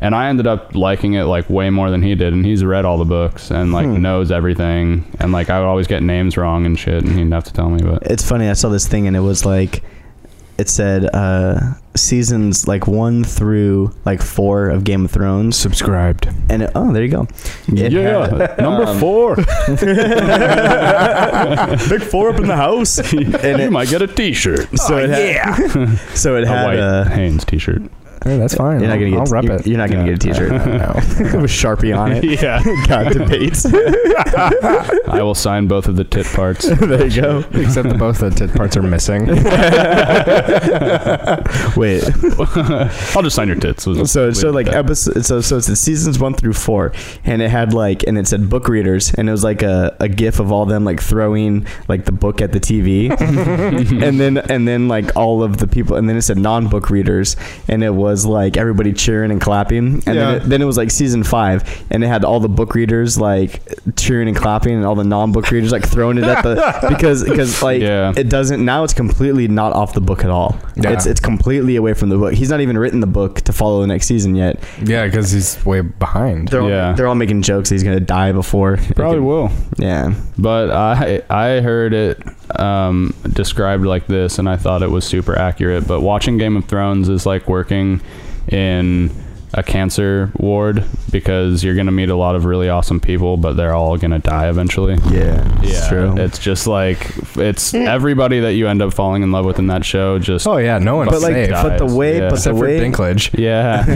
And I ended up liking it like way more than he did, and he's read all the books and like knows everything, and like I would always get names wrong and shit, and he'd have to tell me, but It's funny. I saw this thing and it was like, it said uh, seasons like one through like four of Game of Thrones. Subscribed. And it, oh, there you go. It had- um, yeah, number four, Big four up in the house. and you it, might get a T-shirt, so it had, yeah. So it a had white uh, Hanes T-shirt. Yeah, that's fine. You're not gonna get. I'll rep you're, it. you're not gonna Yeah. get a T-shirt with Sharpie on it. yeah. God debates. I will sign both of the tit parts. there you go. Except the both the tit parts are missing. Wait. I'll just sign your tits. Was- So so leave like it at that. episode. So so it's the seasons one through four, and it had like and it said book readers, and it was like a a gif of all them like throwing like the book at the TV, and then and then like all of the people, and then it said non book readers, and it was like everybody cheering and clapping, and Yeah. then, it, then it was like season five, and it had all the book readers like cheering and clapping, and all the non book readers like throwing it at the because because like Yeah. it doesn't now it's completely not off the book at all. Yeah. It's it's completely away from the book. He's not even written the book to follow the next season yet. yeah, because he's way behind. They're Yeah. all, they're all making jokes that he's gonna die before. Probably will. Yeah. But I I heard it um, described like this, and I thought it was super accurate. But watching Game of Thrones is like working in a cancer ward because you're gonna meet a lot of really awesome people, but they're all gonna die eventually. Yeah. It's Yeah, true. It's just like it's everybody that you end up falling in love with in that show. Just Oh yeah, no one's but like, safe. dies. but the way, Yeah. but except the for way. Dinklage. yeah,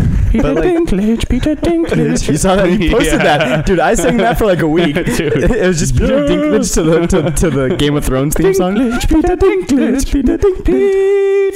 But like, Dinklage, Peter Dinklage. you saw that he posted Yeah. that, dude. I sang that for like a week. Dude. It was just Peter Dinklage to the to, to the Game of Thrones theme song. Peter Dinklage, Peter Dinklage,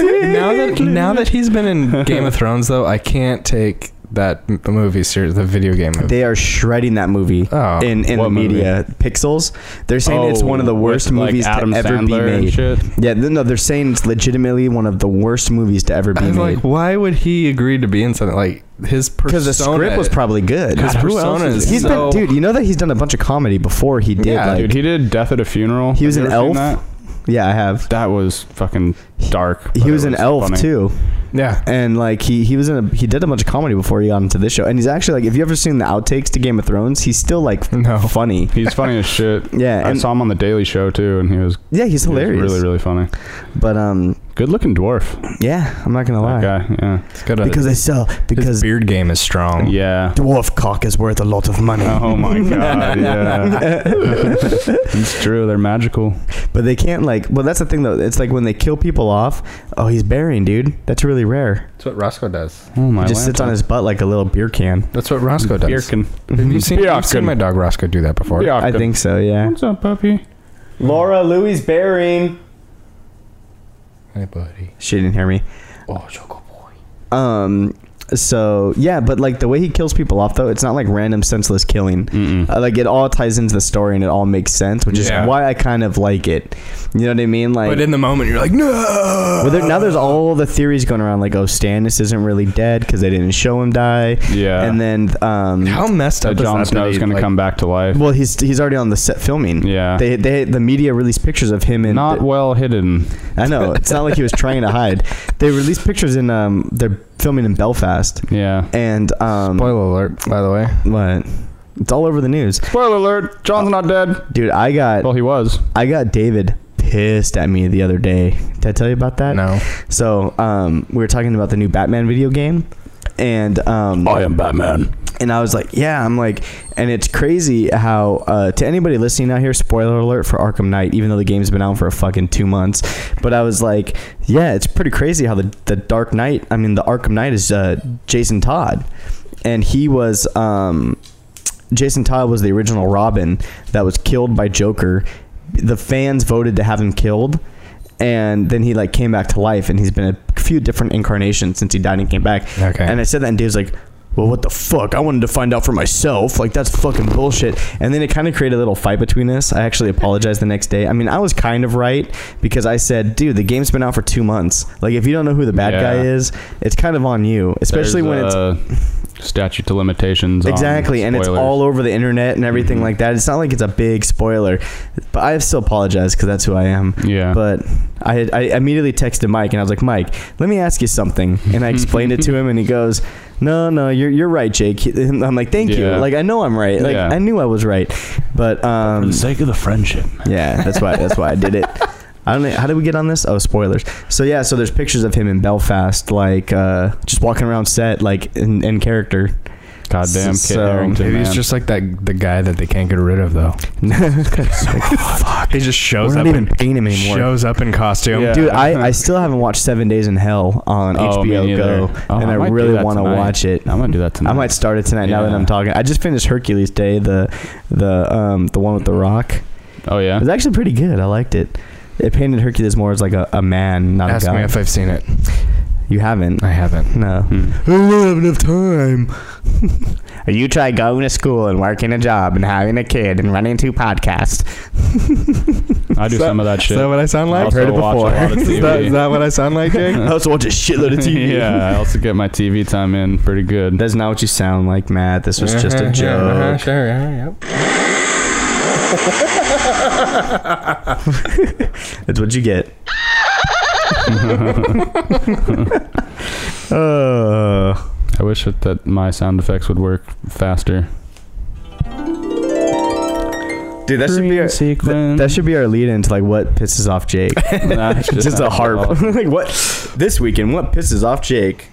Peter. Now that now that he's been in Game of Thrones though, I can't take that m- movie series, the video game movie. They are shredding that movie Oh, in in the what movie? media. Pixels. They're saying it's one of the Oh, with, worst like, movies Adam to ever Sandler be and made. shit. Yeah, th- no, they're saying it's legitimately one of the worst movies to ever be I was made. like, why would he agree to be in something like his persona? Because the script was probably good. his persona is He's so. been, dude. You know that he's done a bunch of comedy before. He did. Yeah, like, Dude, he did Death at a Funeral. He was Have an you ever seen elf. Yeah, I have. That? that was fucking dark. but He it was an elf funny. too, yeah. and like he he was in a he did a bunch of comedy before he got into this show, and he's actually like if you ever seen the outtakes to Game of Thrones, he's still like No. funny. He's funny as shit. Yeah, I and- saw him on the Daily Show too, and he was Yeah, he's he was hilarious. really, really funny. But um, Good looking dwarf. yeah, I'm not gonna lie That guy. Yeah. It's got a, because I sell his because beard game is strong. Yeah. dwarf cock is worth a lot of money. Oh my god. Yeah. it's true. They're magical. But they can't like. Well, that's the thing though. It's like when they kill people off. Oh, he's burying, dude. That's really rare. That's what Roscoe does. Oh my. He just sits on his butt like a little beer can. That's what Roscoe does. Birkin. Have you seen, you've seen Birkin. my dog Roscoe do that before? Birkin. I think so. Yeah. What's up, puppy? Laura Louis burying. Hey, buddy. She didn't hear me. Oh, Choco boy. Um. So yeah, but like the way he kills people off though, it's not like random senseless killing. Mm-mm. Uh, like it all ties into the story and it all makes sense, which Yeah. is why I kind of like it. You know what I mean? Like. But in the moment, you're like, no. well, there, now Uh. there's all the theories going around, like, oh, Stannis isn't really dead because they didn't show him die, Yeah. and then um, How messed So up Jon is that that Snow's he, gonna like- come back to life. Well, he's he's already on the set filming. Yeah. They they the media released pictures of him in. Not well hidden. I know it's not like he was trying to hide. They released pictures in um they're filming in Belfast Yeah. and um Spoiler alert, by the way. what it's all over the news, Spoiler alert. John's not dead. dude. I got Well, he was. I got David pissed at me the other day. Did I tell you about that? No. So um we were talking about the new Batman video game. And um, am Batman. and I was like, yeah, I'm like, and it's crazy how uh, to anybody listening out here, spoiler alert for Arkham Knight, even though the game's been out for a fucking two months, but I was like, yeah, it's pretty crazy how the the Dark Knight, I mean, the Arkham Knight is uh, Jason Todd, and he was um, Jason Todd was the original Robin that was killed by Joker. The fans voted to have him killed, and then he like came back to life, and he's been a few different incarnations since he died and came back. Okay. And I said that, and Dave's like, "Well, what the fuck? I wanted to find out for myself. Like that's fucking bullshit." And then it kind of created a little fight between us. I actually apologized the next day. I mean, I was kind of right because I said, "Dude, the game's been out for two months. Like if you don't know who the bad Yeah. guy is, it's kind of on you, especially when it's." it's statute to limitations. on Exactly, and it's spoilers. Mm-hmm. all over the internet and everything like that. It's not like it's a big spoiler, but I still apologize because that's who I am. Yeah. But I, had, I immediately texted Mike and I was like, Mike, let me ask you something, and I explained it to him, and he goes, No, no, you're you're right, Jake. And I'm like, Thank Yeah. you. Like I know I'm right. Like Yeah. I knew I was right. But um, sake of the friendship. yeah, that's why that's why I did it. I don't know, how did we get on this? Oh, spoilers. So yeah, so there's pictures of him in Belfast, like uh, just walking around set, like in, in character. Goddamn, Kit So- Harington. Maybe he's man. just like that the guy that they can't get rid of though. He just shows We're not up even in, paying him anymore. shows up in costume. Yeah. Dude, I, I still haven't watched Seven Days in Hell on Oh, me HBO neither. Go, Oh, and I, might do really that want to tonight. watch it. I'm gonna do that tonight. I might start it tonight. Now that Yeah. I'm talking, I just finished Hercules Day, the the um the one with the Rock. Oh It yeah. was actually pretty good. I liked it. It painted Hercules more as like a, a man, not Ask a me guy. if I've seen it. you haven't. I haven't. No. Hmm. I don't have enough time. you try going to school and working a job and having a kid and running two podcasts. I do So- some of that shit. Is that what I sound like? I've heard it Also watch a before. lot of is, that, TV. is that what I sound like, Jake? I also watch a shitload of TV. yeah, I also get my TV time in pretty good. That's not what you sound like, Matt. This was just a Uh-huh, joke. sure, yeah, yep. That's what you get. uh, I wish that, that my sound effects would work faster. dude, that should be our, th- that should be our lead into like what pisses off Jake. That's It's just a harp. Oh, like what? This weekend, what pisses off Jake?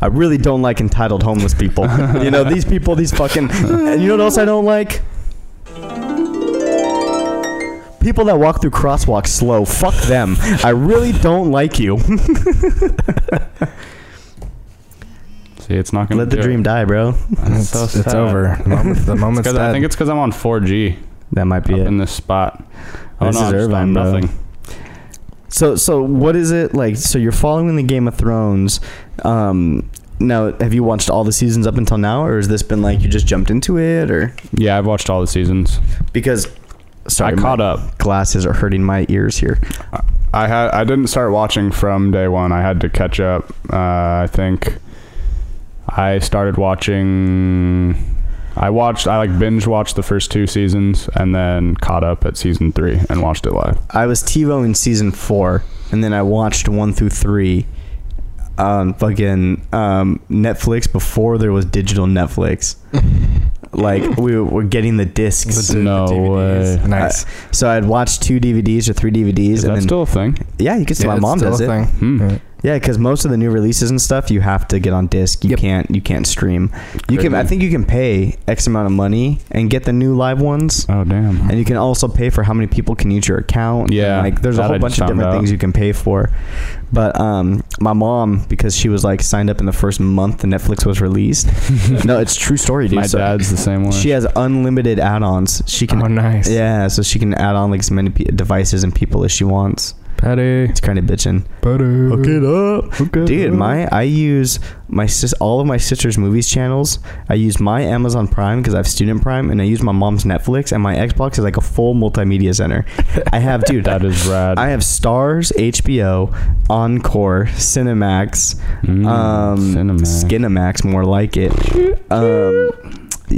I really don't like entitled homeless people. you know these people, these fucking. And you know what else I don't like? People that walk through crosswalks slow. Fuck them. I really don't like you. See, it's not gonna. Let the do it. dream die, bro. That's It's, so it's sad. over. The moment, the moment's Because I dead. think it's because I'm on 4G up That might be in it. this spot. Oh, This no, is I'm just on Irvine, bro. nothing. So, so what is it like? So you're following the Game of Thrones. Um, now, have you watched all the seasons up until now, or has this been like you just jumped into it, or Yeah, I've watched all the seasons. because? Sorry, I caught my up. Glasses are hurting my ears here. I had I didn't start watching from day one. I had to catch up. Uh, I think I started watching. I watched. I like binge watched the first two seasons and then caught up at season three and watched it live. I was TiVo in season four, and then I watched one through three. Um, fucking um, Netflix before there was digital Netflix. like we were getting the discs. The No DVDs. way. Nice. So I'd watch two DVDs or three DVDs, Is and that then still a thing? yeah, you can still. Yeah, my it's mom still does a it. thing. Hmm. Yeah. Yeah, because most of the new releases and stuff you have to get on disc. You Yep. can't you can't stream. You can I Crazy. think you can pay X amount of money and get the new live ones. Oh damn. And you can also pay for how many people can use your account. and, Yeah, like there's a that whole I bunch just of found different out. things you can pay for. But um, my mom, because she was like signed up in the first month the Netflix was released. no, it's true story, dude. My So dad's the same way. she has unlimited add-ons. She can Oh, nice. yeah, so she can add on like as many pe devices and people as she wants. Patty. It's kind of bitching. Butter. up. Okay. Dude, my I use my sis all of my sister's movies channels. I use my Amazon Prime because I have student Prime, and I use my mom's Netflix, and my Xbox is like a full multimedia center. I have, dude, that is rad. I have Stars, HBO, Encore, Cinemax, Mm, um, Cinemax. Skinemax, more like it. Um,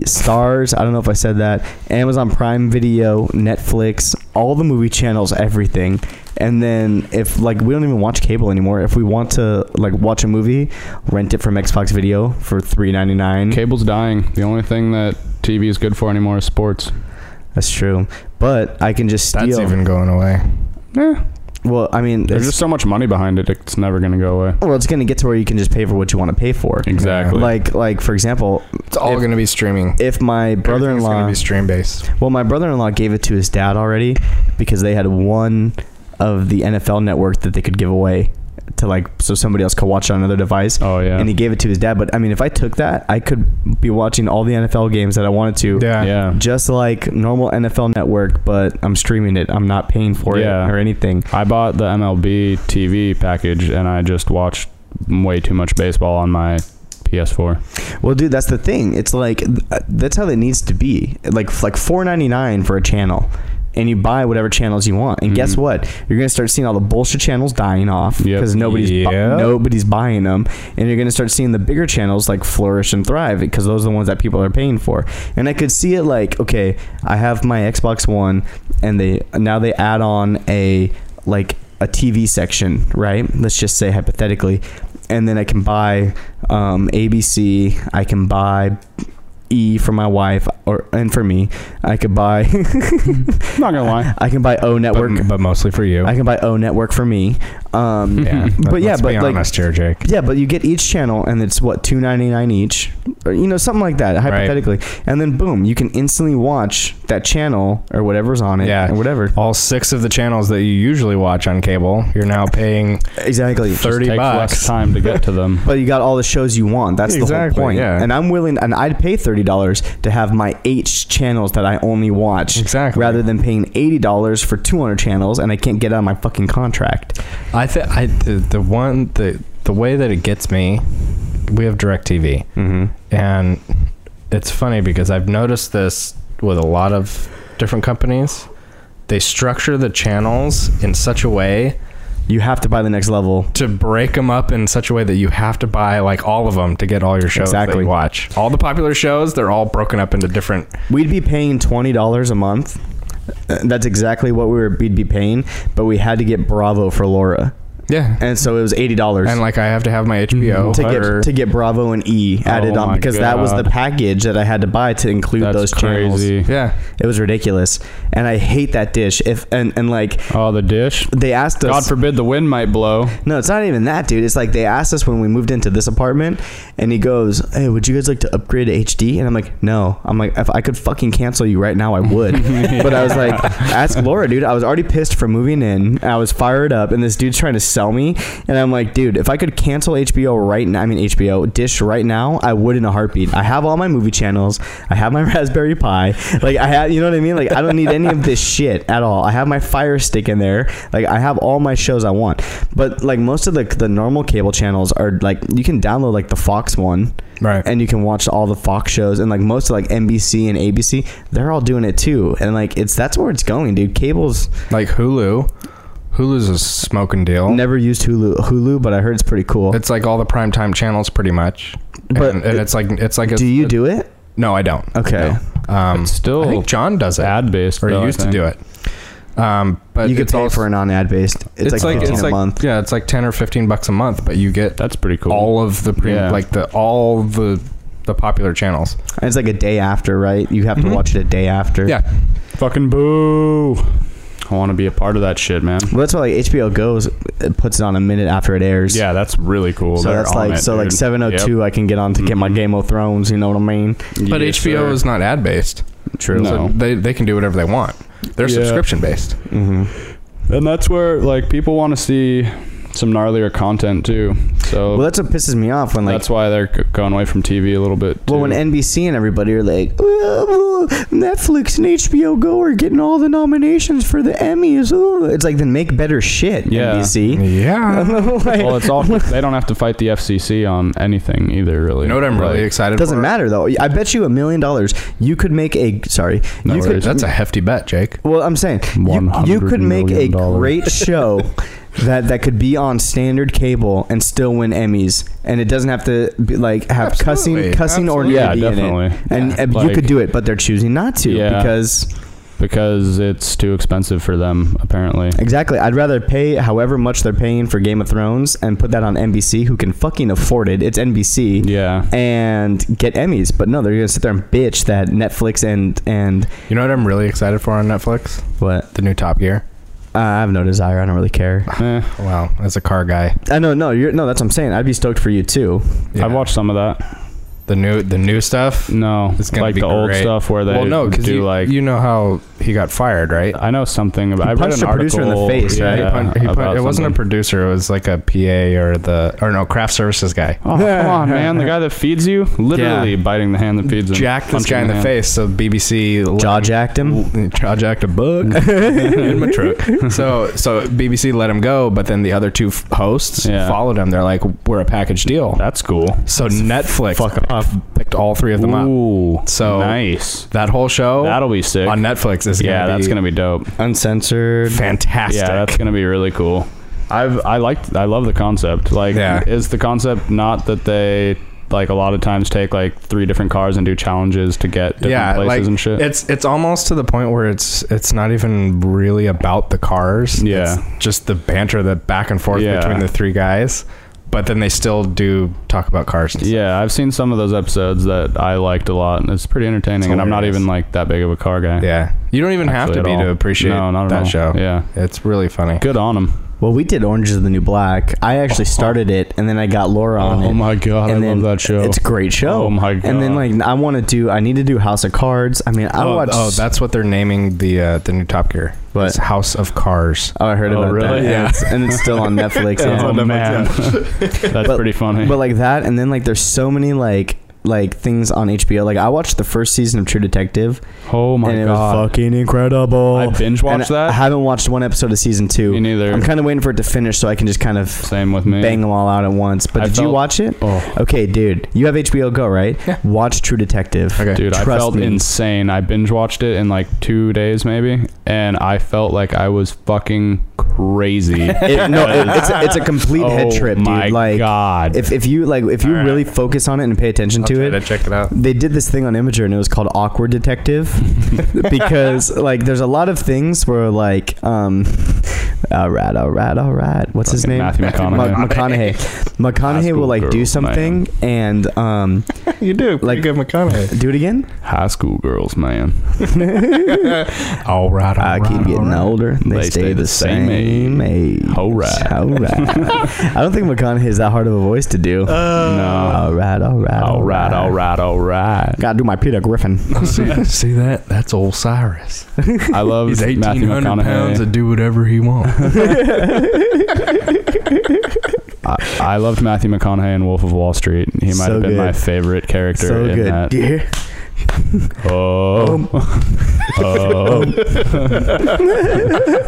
Stars. I don't know if I said that. Amazon Prime Video, Netflix, all the movie channels, everything. And then if like we don't even watch cable anymore. If we want to like watch a movie, rent it from Xbox Video for three ninety nine. Cable's dying. The only thing that TV is good for anymore is sports. That's true. But I can just steal. That's even going away. well, I mean, There's it's, just so much money behind it. It's never gonna go away. well, it's gonna get to where you can just pay for what you want to pay for. Exactly. Like, like for example, It's all If- going to be streaming. if my Everything's going brother-in-law to be stream based. Well, my brother-in-law gave it to his dad already because they had one of the NFL network that they could give away to like so somebody else could watch it on another device. oh yeah. And he gave it to his dad, but I mean, if I took that, I could be watching all the NFL games that I wanted to, yeah. just like normal NFL Network. But I'm streaming it; I'm not paying for Yeah. it or anything. I bought the MLB TV package and I just watched way too much baseball on my PS4. Well, dude, that's the thing. It's like th- uh, that's how it needs to be. Like like four ninety nine for a channel, and you buy whatever channels you want. And guess Mhm. what? You're gonna start seeing all the bullshit channels dying off Yep. because nobody's bu- Yep. nobody's buying them, and you're gonna start seeing the bigger channels like flourish and thrive because those are the ones that people are paying for. And I could see it like okay, I have my Xbox One, and they now they add on a like a TV section, right? Let's just say hypothetically, and then I can buy um, ABC. I can buy E for my wife, or and for me, I could buy. I'm not gonna lie. I can buy O Network. But, but mostly for you. I can buy O Network for me. Um, Yeah. But yeah, Let's but be like- honest here, Jake. Yeah, but you get each channel, and it's what two ninety nine each, or, you know, something like that, hypothetically. And then boom, you can instantly watch that channel or whatever's on it, Yeah. and whatever. All six of the channels that you usually watch on cable, you're now paying Exactly. thirty takes less bucks. time to get to them. But you got all the shows you want. That's the Exactly, whole point. yeah. And I'm willing, and I'd pay thirty dollars to have my eight channels that I only watch, Exactly. rather than paying eighty dollars for two hundred channels, and I can't get out of my fucking contract. I think I the, the one the the way that it gets me, we have Directv, Mm-hmm. and it's funny because I've noticed this with a lot of different companies. They structure the channels in such a way You have to buy the next level. to break them up in such a way that you have to buy like all of them to get all your shows that Exactly. you watch. All the popular shows, they're all broken up into different. We'd be paying twenty dollars a month. Uh, That's exactly what we were. We'd be paying, but we had to get Bravo for Laura, Yeah, and so it was eighty dollars and like I have to have my Mm-hmm. HBO to or- get to get Bravo and E added Oh on my because that was the God. package that I had to buy to include That's those channels. crazy. yeah. It was ridiculous, and I hate that dish. If and and like Oh, the dish. they asked us. God forbid the wind might blow. No, it's not even that, dude. It's like they asked us when we moved into this apartment, and he goes, "Hey, would you guys like to upgrade to HD?" And I'm like, "No." I'm like, "If I could fucking cancel you right now, I would." But I was like, "Ask Laura, dude." I was already pissed for moving in. I was fired up, and this dude's trying to sell me, and I'm like, "Dude, if I could cancel HBO right now, I mean HBO Dish right now, I would in a heartbeat. I have all my movie channels. I have my Raspberry Pi. Like I have, you know what I mean? Like I don't need any of this shit at all. I have my Fire Stick in there. Like I have all my shows I want. But like most of the the normal cable channels are like you can download like the Fox one, Right. And you can watch all the Fox shows and like most of like NBC and ABC, they're all doing it too. And like it's that's where it's going, dude. Cable's like Hulu. Hulu's a smoking deal. never used Hulu Hulu, but I heard it's pretty cool. It's like all the primetime channels, pretty much. But- But and, and it's like it's like a, do you do it? No, I don't. Okay. No. Um, It's still I think John does it, Ad based. or he used to do it. Um, but you could it's Uh, pay also- for a non-ad based. It's, like, 15 it's a like, month. Yeah, it's like ten or fifteen bucks a month, but you get That's pretty cool. all of the pre- Yeah. like the all the the popular channels. And it's like a day after, right? You Mm-hmm. have to watch it a day after. Yeah, Fucking boo. I want to be a part of that shit, man. Well, that's why like HBO goes it uh, puts it on a minute after it airs. Yeah, that's really cool. So They're that's on like it, so like dude. Mm-hmm. seven oh two. I can get on to get my Game of Thrones. You know what I mean? Yep. but Yes, HBO sir. is not ad based. True. So No. they they can do whatever they want. They're Yeah. subscription based. and that's where like people want to see some gnarlier content too. So Well, that's what pisses me off when like that's why they're g- going away from TV a little bit. well when too. NBC and everybody are like "Oh, well, Netflix and HBO Go are getting all the nominations for the Emmys. Ooh. It's like then make better shit. Yeah. NBC. Yeah. Like, well, it's all they don't have to fight the FCC on anything either. Really, You know what I'm really Like, excited? It doesn't for? matter though. I bet you a million dollars you could make a sorry. No you could, worries. That's a hefty bet, Jake. Well, I'm saying you, you could $100 make a million dollars. great show that that could be on standard cable and still win Emmys, and it doesn't have to be like have Absolutely. cussing, cussing or Absolutely. Yeah, nudity in it. definitely. And, Yeah. and you Like- could do it, but they're choosing not to Yeah. because because it's too expensive for them apparently. exactly. I'd rather pay however much they're paying for Game of Thrones and put that on NBC, who can fucking afford it. It's NBC. Yeah, And get Emmys, but no, they're gonna sit there and bitch that Netflix and and You know what I'm really excited for on Netflix? what? The new Top Gear. Uh, I have no desire. I don't really care. Eh, Wow, as a car guy, I know, no, you're no. That's what I'm saying. I'd be stoked for you too. Yeah. I've watched some of that. the new the new stuff. No, It's gonna like be the old great. stuff where they well, no, because do you, like you know how he got fired, right? I know something about. I read punched an a producer in the article, face, yeah, right? he pun- he pun- about it wasn't a something. producer; it was like a PA or the or no craft services guy. Oh, come on, man! The guy that feeds you, literally biting the hand that feeds him, Jacked this punching guy in the hand. face, so BBC let Jaw him- jacked him. Jaw jacked a book in my truck. So so BBC let him go, but then the other two f- hosts Yeah. followed him. They're like, "We're a package deal." That's cool. So Netflix fuck off. picked all three of them up. Ooh, So- nice. That whole show That'll be sick. on Netflix is yeah, gonna that's be gonna be dope. Uncensored. fantastic. Yeah, that's gonna be really cool. I've I liked I love the concept. Like, Yeah. is the concept not that they like a lot of times take like three different cars and do challenges to get different yeah, places like and shit? it's it's almost to the point where it's it's not even really about the cars. Yeah. It's just the banter, the back and forth Yeah. between the three guys. But then they still do talk about cars. and stuff. yeah, I've seen some of those episodes that I liked a lot, and it's pretty entertaining. and I'm not hilarious. even like that big of a car guy. yeah. You don't even have Actually, to at be all. to appreciate No, not at that all. show. Yeah. it's really funny. Good on him. Well, we did Orange is the New Black. I actually started it, and then I got Laura on it. Oh my god, And I then love that show. It's a great show. Oh my And then God. like I want to do. I need to do House of Cards. I mean, I oh, watched. oh, that's what they're naming the uh, the new Top Gear. What? It's House of Cars. Oh, I heard Oh, about that. really? And Yeah. it's, and it's still on Netflix. Oh, yeah. man. That's pretty funny. But like that, and then like there's so many like like things on HBO. Like I watched the first season of True Detective, oh my and it was god. fucking incredible. I binge And watched I that. haven't watched one episode of season two. Me neither. I'm kind of waiting for it to finish so I can just kind of Same with me. bang them all out at once. But Mm. I did you felt- watch it? Oh, Okay, dude, you have HBO Go, right? Yeah. Watch True Detective. Okay. dude, I Trust felt me. insane. I binge watched it in like two days maybe, and I felt like I was fucking crazy. It- no, it- it's a, it's a complete head Oh trip, dude. my like, god. if if you like, if you Alright. really focus on it and pay attention I'll to try it, to check it out. they did this thing on Imager and it was called Awkward Detective because like there's a lot of things where like um all right all right all right what's his Fucking name Matthew McConaughey. Ma- McConaughey High McConaughey will school like do girl, something and um You do Like- good McConaughey. do it again High school girls, man. All right, all I right, keep all getting right. older they, stay, the same, age All right. all right I don't think McConaughey is that hard of a voice to do no. all right all right Uh, All right, all right, all right. gotta do my Peter Griffin see, see that? That's old Cyrus. I love He's Matthew eighteen hundred pounds McConaughey. and do whatever he wants. I, I loved Matthew McConaughey in Wolf of Wall Street. He might So have been my good. favorite character so in good that. yeah Um, Oh. oh.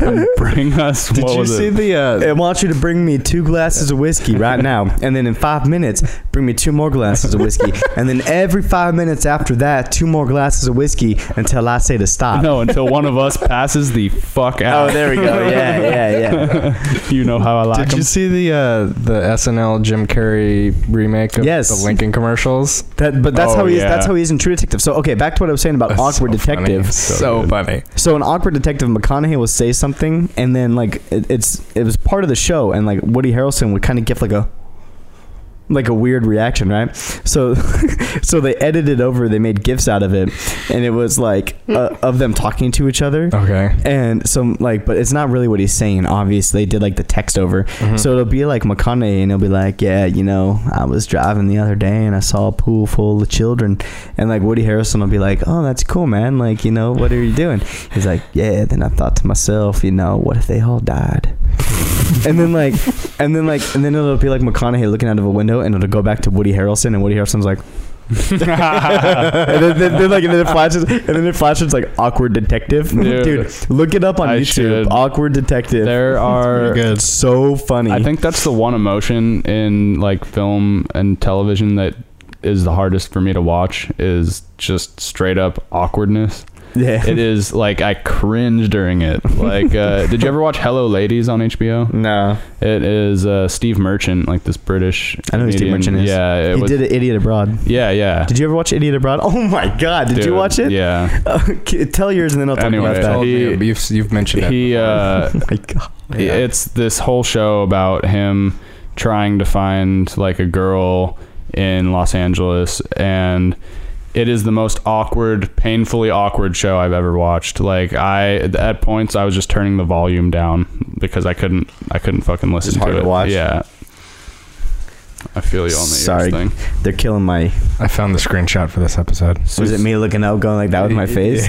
um, Bring us. what was it? the? uh, I want you to bring me two glasses of whiskey right now, and then in five minutes, bring me two more glasses of whiskey, and then every five minutes after that, two more glasses of whiskey until I say to stop. no, until one of us passes the fuck out. Oh, there we go. Yeah, yeah, yeah. you know how I like Did him. you see the uh, the SNL Jim Carrey remake of Yes. the Lincoln commercials? That, but that's Oh, how he is. yeah. That's how he is in True Detective. So okay, back to what I was saying about awkward detective. So, good. funny. So an awkward detective, McConaughey will say something, and then like it, it's it was part of the show, and like Woody Harrelson would kind of give like a like a weird reaction, right? So so they edited over, they made gifs out of it, and it was like uh, of them talking to each other. Okay. And so like, but it's not really what he's saying. Obviously, they did like the text over, Mhm. so it'll be like McConaughey, and he'll be like, "Yeah, you know, I was driving the other day, and I saw a pool full of children." And like Woody Harrison will be like, "Oh, that's cool, man. Like, you know, what are you doing?" He's like, "Yeah." Then I thought to myself, you know, what if they all died? and then like, and then like, and then it'll be like McConaughey looking out of a window, and it'll go back to Woody Harrelson, and Woody Harrelson's like, and then, then, then like, and then it flashes, and then it flashes like awkward detective, dude. Dude. look it up on I YouTube, should. awkward detective. there are it's so funny. I think that's the one emotion in like film and television that is the hardest for me to watch is just straight up awkwardness. yeah. It is like I cringe during it. Like, uh, did you ever watch Hello Ladies on HBO? no, It is uh, Steve Merchant, like this British. I know who Steve comedian. Merchant is. Yeah, it he was, did an Idiot Abroad. Yeah, yeah. Did you ever watch Idiot Abroad? Oh my God! Did you Dude, watch it? Yeah. Okay, tell yours and then I'll talk Anyway, about that. I'll- He- He, you've, you've mentioned it. He uh, Oh my God. Yeah. It's this whole show about him trying to find like a girl in Los Angeles and it is the most awkward, painfully awkward show I've ever watched. Like I at points I was just turning the volume down because I couldn't I couldn't fucking listen hard it. to watch. Yeah. I feel you on the Sorry. ears thing. They're killing my. I found the screenshot for this episode. Was it me looking out, going like that with my face?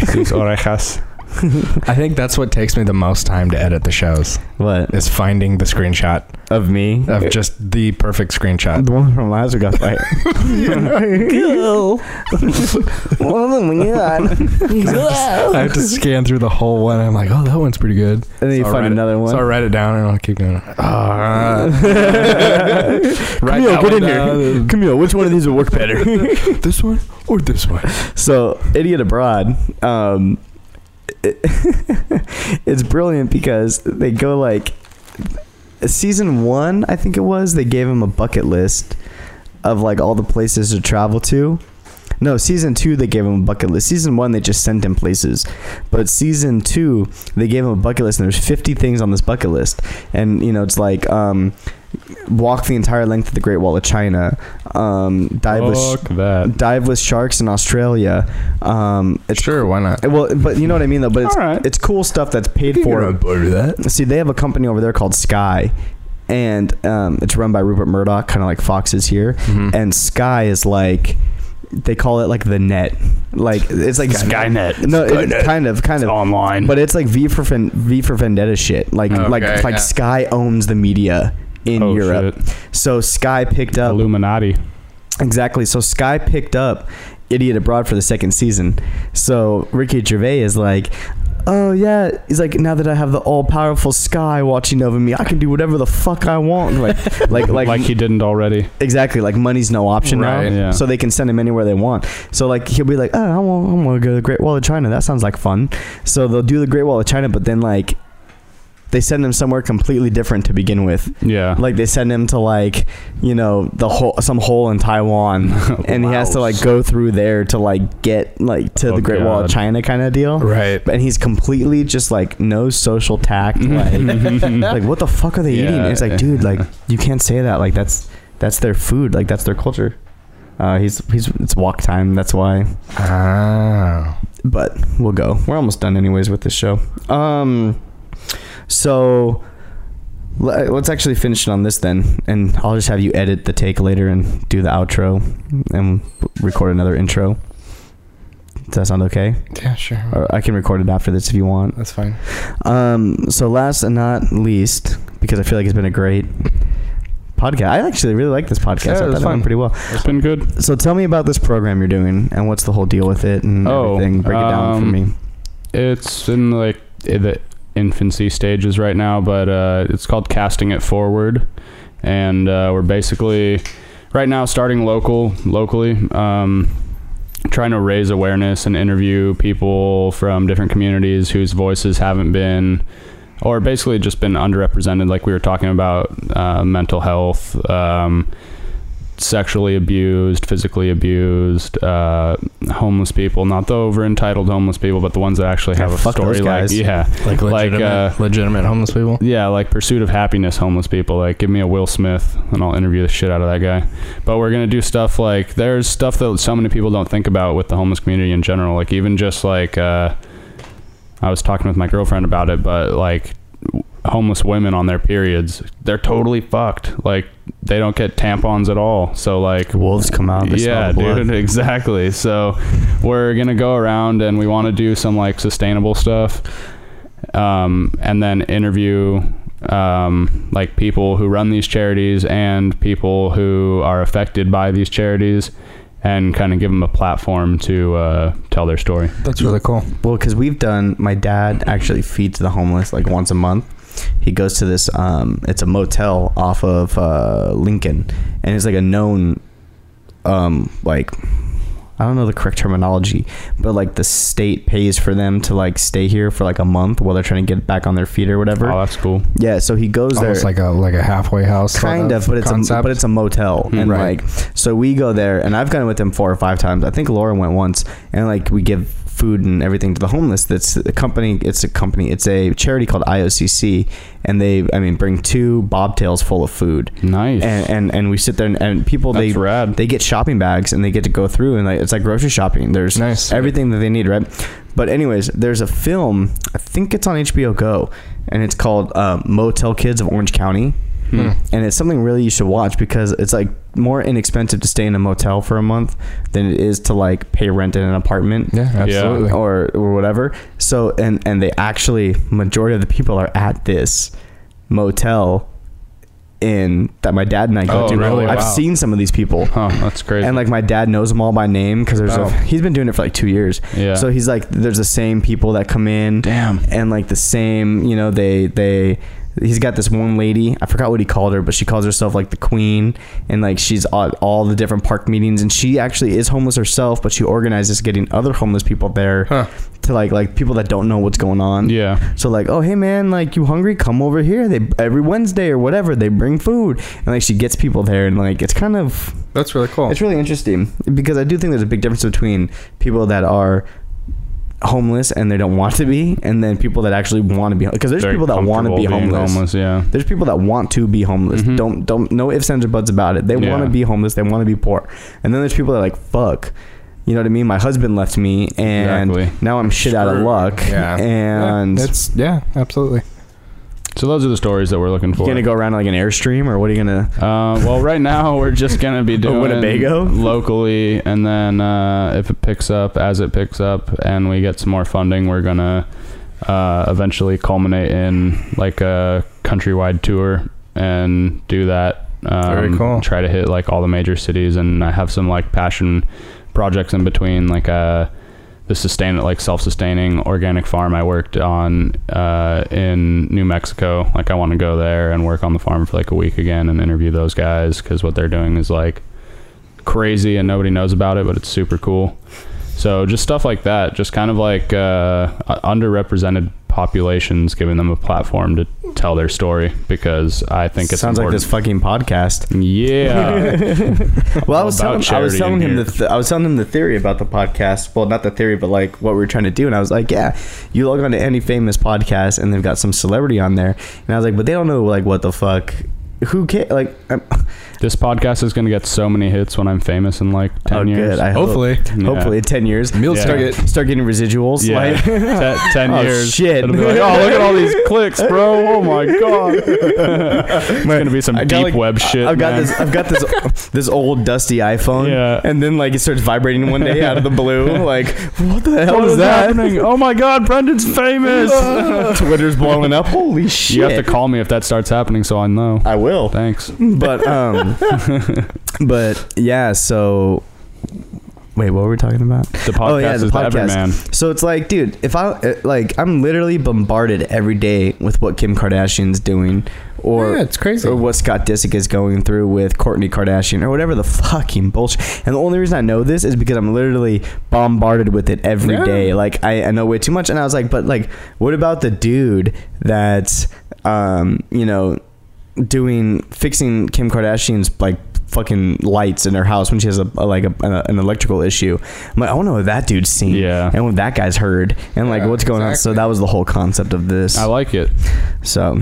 I think that's what takes me the most time to edit the shows What is finding the screenshot of me? of just the perfect screenshot. The one from last week got fight. Go. One of them, yeah. I have to scan through the whole one. I'm like, oh, that one's pretty good. And then you So I'll find write it- another one. So I write it down and I'll keep going. Uh, Right Camille, that get one in here. down. Camille, which one of these would work better? this one or this one? So, Idiot Abroad, um, it- it's brilliant because they go like season one, I think it was, they gave him a bucket list of like all the places to travel to. No, season two, they gave him a bucket list. Season one, they just sent him places. But season two, they gave him a bucket list, and there's 50 things on this bucket list. And, you know, it's like, um, walk the entire length of the Great Wall of China, um, dive with Fuck that. dive with sharks in Australia. Um, it's sure, why not? well, but you know what I mean though. But it's All right. it's cool stuff that's paid You're for. on board with that. See, they have a company over there called Sky, and um, it's run by Rupert Murdoch, kind of like Fox is here. And Sky is like they call it like the net, like it's like Skynet. No, it, kind of, kind of. online. But it's like V for Ven- V for Vendetta shit. Like Okay, like like yeah. Sky owns the media in Oh, Europe. So Sky picked up Illuminati. exactly. So Sky picked up Idiot Abroad for the second season. So Ricky Gervais is like. Oh yeah, he's like now that I have the all-powerful sky watching over me, I can do whatever the fuck I want. Like, like, like, Like, he didn't already. exactly. Like money's no option Right. now, Yeah. so they can send him anywhere they want. So like he'll be like, oh, I want, I want to go to the Great Wall of China. That sounds like fun. So they'll do the Great Wall of China, but then like they send him somewhere completely different to begin with. Yeah. Like they send him to like you know the hole some hole in Taiwan, and he has to like go through there to like get like to Oh, the Great Wall of God. China kind of deal. Right. And he's completely just like no social tact. Like, like what the fuck are they eating? Yeah. it's like, dude, like you can't say that. Like that's that's their food. Like that's their culture. Uh, he's he's it's walk time. That's why. Ah. But we'll go. We're almost done anyways with this show. Um, so le- let's actually finish it on this then, and I'll just have you edit the take later and do the outro and record another intro. Does that sound okay? Yeah, sure. Or I can record it after this if you want. That's fine. Um, so last and not least, because I feel like it's been a great podcast. I actually really like this podcast. Yeah, I it was thought it went fun. pretty well. It's been good. So tell me about this program you're doing and what's the whole deal with it and Oh, everything. Break it down for um, me. It's in like i- the infancy stages right now, but uh, it's called Casting It Forward, and uh, we're basically right now starting local locally. Um, trying to raise awareness and interview people from different communities whose voices haven't been or basically just been underrepresented like we were talking about uh, mental health um, sexually abused physically abused uh, homeless people not the over entitled homeless people but the ones that actually Yeah, have a fuck story those like guys. yeah Like legitimate, uh, legitimate homeless people. yeah, like Pursuit of Happiness, homeless people. Like, give me a Will Smith, and I'll interview the shit out of that guy. But we're gonna do stuff like there's stuff that so many people don't think about with the homeless community in general. Like, even just like uh, I was talking with my girlfriend about it, but like w- homeless women on their periods, they're totally fucked. Like, they don't get tampons at all. So like, Wolves come out. They smell the yeah, blood. dude, exactly. So we're gonna go around and we want to do some like sustainable stuff, um, and then interview um, like people who run these charities and people who are affected by these charities, and kind of give them a platform to uh, tell their story. That's really cool. Well, because we've done. My dad actually feeds the homeless like once a month. He goes to this. Um, it's a motel off of uh, Lincoln, and it's like a known, um, like I don't know the correct terminology, but like the state pays for them to like stay here for like a month while they're trying to get back on their feet or whatever. Oh, that's cool. yeah, so he goes there Almost like a like a halfway house. sort kind of, but it's a, concept. but it's a motel and Hmm. Right. like so we go there and I've gone with them four or five times. I think Laura went once and like we give food and everything to the homeless. That's a company. It's a company. It's a charity called IOCC, and they I mean bring two bobtails full of food. Nice. And, and and we sit there and, and people That's they rad. they get shopping bags and they get to go through and like it's like grocery shopping. There's Nice. everything that they need, right? But anyways, there's a film. I think it's on HBO Go, and it's called uh, Motel Kids of Orange County Hmm. and it's something really you should watch because it's like more inexpensive to stay in a motel for a month than it is to like pay rent in an apartment yeah, absolutely. or or whatever. So and and they actually majority of the people are at this motel in that my dad and I go Oh, to. really? I've Wow. seen some of these people. Huh, that's crazy. And like my dad knows them all by name because there's Oh. a, he's been doing it for like two years. Yeah. So he's like, there's the same people that come in damn. and like the same you know they they he's got this one lady i forgot what he called her but she calls herself like the queen and like she's at all the different park meetings and she actually is homeless herself but she organizes getting other homeless people there Huh. to like like people that don't know what's going on Yeah. so like, oh hey man, like you hungry? Come over here. They every Wednesday or whatever they bring food, and like she gets people there, and like it's kind of Oh. That's really cool. it's really interesting because I do think there's a big difference between people that are homeless and they don't want to be, and then people that actually want to be because there's Very people that want to be comfortable being homeless. Yeah. There's people that want to be homeless. Mhm. Don't don't no ifs ands or buts about it. They want Yeah. to be homeless. They want to be poor. And then there's people that are like fuck. You know what I mean? My husband left me, and Exactly. now I'm shit out of Screwed. luck. Yeah. And yeah, it's yeah, absolutely. So those are the stories that we're looking you for. gonna go around like an airstream, or what are you gonna? Uh, well, right now we're just gonna be doing Winnebago? locally, and then uh, if it picks up as it picks up, and we get some more funding, we're gonna uh, eventually culminate in like a countrywide tour and do that. Um, Very cool. Try to hit like all the major cities, and I have some like passion projects in between, like uh, the sustain like self-sustaining organic farm I worked on uh, in New Mexico. Like I want to go there and work on the farm for like a week again and interview those guys because what they're doing is like crazy and nobody knows about it, but it's super cool. So just stuff like that, just kind of like uh, u- underrepresented populations, giving them a platform to tell their story because I think it's sounds like important. this fucking podcast. Yeah, Well, I All was, about telling, I was charity telling in him the here. th- I was telling him the theory about the podcast. Well, not the theory, but like what we were trying to do. And I was like, yeah, you log on to any famous podcast, and they've got some celebrity on there. And I was like, but they don't know like what the fuck. Who cares? Like, oh, I'm, this podcast is gonna get so many hits when I'm famous in like ten oh, years. good. I hope. Hopefully. Yeah. hopefully, in ten years, Meal Yeah. start, ticket. start getting residuals. Yeah, Like, Te- ten Oh, years. shit. It'll be like, oh, look at all these clicks, bro. Oh my god. it's gonna be some I deep got, like, web shit. I've got man. this. I've got this. this old dusty iPhone. Yeah. And then like it starts vibrating one day out of the blue. Like, what the hell What is is that? happening? Oh my god, Brendan's famous. Twitter's blowing up. Holy shit! you have to call me if that starts happening, so I know. I will. Thanks. but um but yeah so wait what were we talking about Oh, The podcast yeah, the is the podcast. Everman. so it's like dude if i uh, like i'm literally bombarded every day with what kim kardashian's doing or Yeah, it's crazy. or what scott disick is going through with courtney kardashian or whatever the fucking bullshit and the only reason i know this is because i'm literally bombarded with it every day. Yeah. like I, I know way too much and i was like but like what about the dude that's um you know doing fixing Kim Kardashian's like fucking lights in her house when she has a, a- like a, an, an electrical issue. I'm like, I don't know what that dude's seen. Yeah. And what that guy's heard and like Yeah, what's going on. So exactly. that was the whole concept of this. I like it. so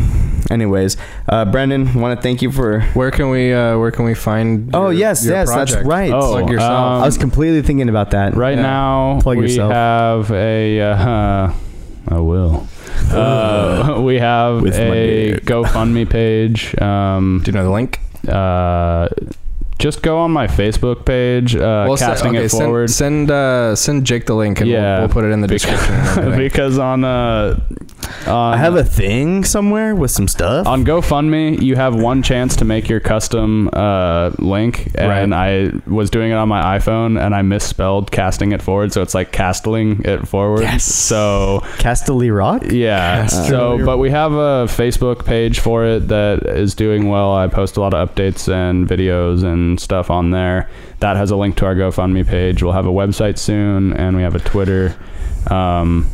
anyways, uh Brendan, want to thank you for Where can we uh where can we find Oh, your- yes, your yes, that's project? right. Oh, Plug yourself. um, I was completely thinking about that. Right Yeah. now, Plug we yourself. have a. Uh, I will. Uh, we have With my a dick. GoFundMe page. Um, Do you know the link? uh, just go on my Facebook page, uh, Well, send- casting okay, it send- forward. Send uh send Jake the link and Yeah. we'll, we'll put it in the description. and everything. because on uh, on, I have a thing somewhere with some stuff. on GoFundMe, you have one chance to make your custom uh, link, and I was doing it on my iPhone, and I misspelled casting it forward, so it's like castling it forward. Yes. So Casterly Rock? yeah. uh, So, true. but we have a Facebook page for it that is doing well. I post a lot of updates and videos and stuff on there. That has a link to our GoFundMe page. We'll have a website soon, and we have a Twitter. Um,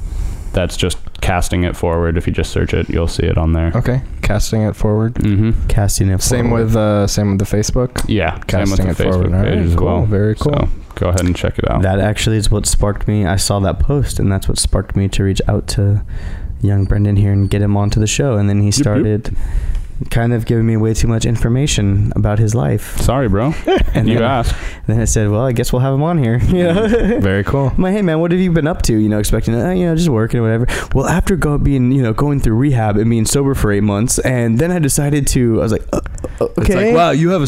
that's just casting it forward. If you just search it, you'll see it on there. Okay, casting it forward. Mm-hmm. Casting it Same forward. with uh same with the Facebook. Yeah, Casting same it with the Facebook forward. All page right, as cool. well. Very So, cool. go ahead and check it out. Oh. That actually is what sparked me. I saw that post, and that's what sparked me to reach out to young Brendan here and get him onto the show. And then he started kind of giving me way too much information about his life. Sorry, bro. And you then, asked. then I said, "Well, I guess we'll have him on here." You know. Very cool. I'm like, hey man, what have you been up to? You know, expecting, uh, you know, just working or whatever. Well, after go, being, you know, going through rehab and being sober for eight months, and then I decided to, I was like, uh, uh, okay, you have a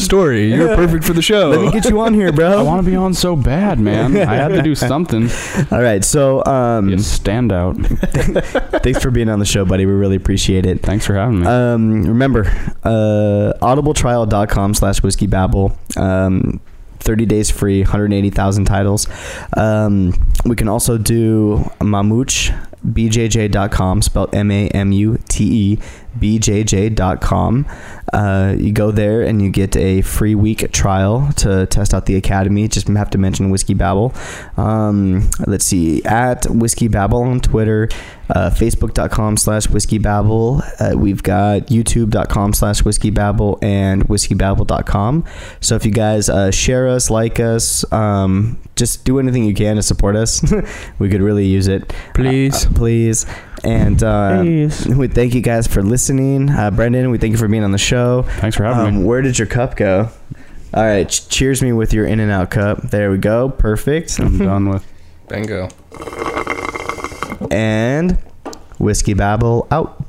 story. You're perfect for the show. let me get you on here, bro. Oh. I want to be on so bad, man. I had to do something. All right, so um, Mm. Be a standout. thanks for being on the show, buddy. We really appreciate it. Thanks for having me. Um, remember, uh, audibletrial.com slash whiskeybabble. Um, 30 days free, 180,000 titles. Um, we can also do Mamooch, BJJ.com, spelled M A M U T E, BJJ.com. Uh, you go there and you get a free week trial to test out the academy. Just have to mention Whiskey Babble. Um, let's see, at Whiskey Babble on Twitter, uh, Facebook.com slash Whiskey Babble. Uh, we've got YouTube.com slash Whiskey Babble and WhiskeyBabble.com. So if you guys uh, share us, like us, um, just do anything you can to support us. we could really use it. Please. Uh, uh, please. And uh, Please. we thank you guys for listening. Uh, Brendan, we thank you for being on the show. Thanks for having Um, me. where did your cup go? All right, ch- cheers me with your in and out cup. There we go. Perfect. I'm done with. Bingo. And whiskey babble out.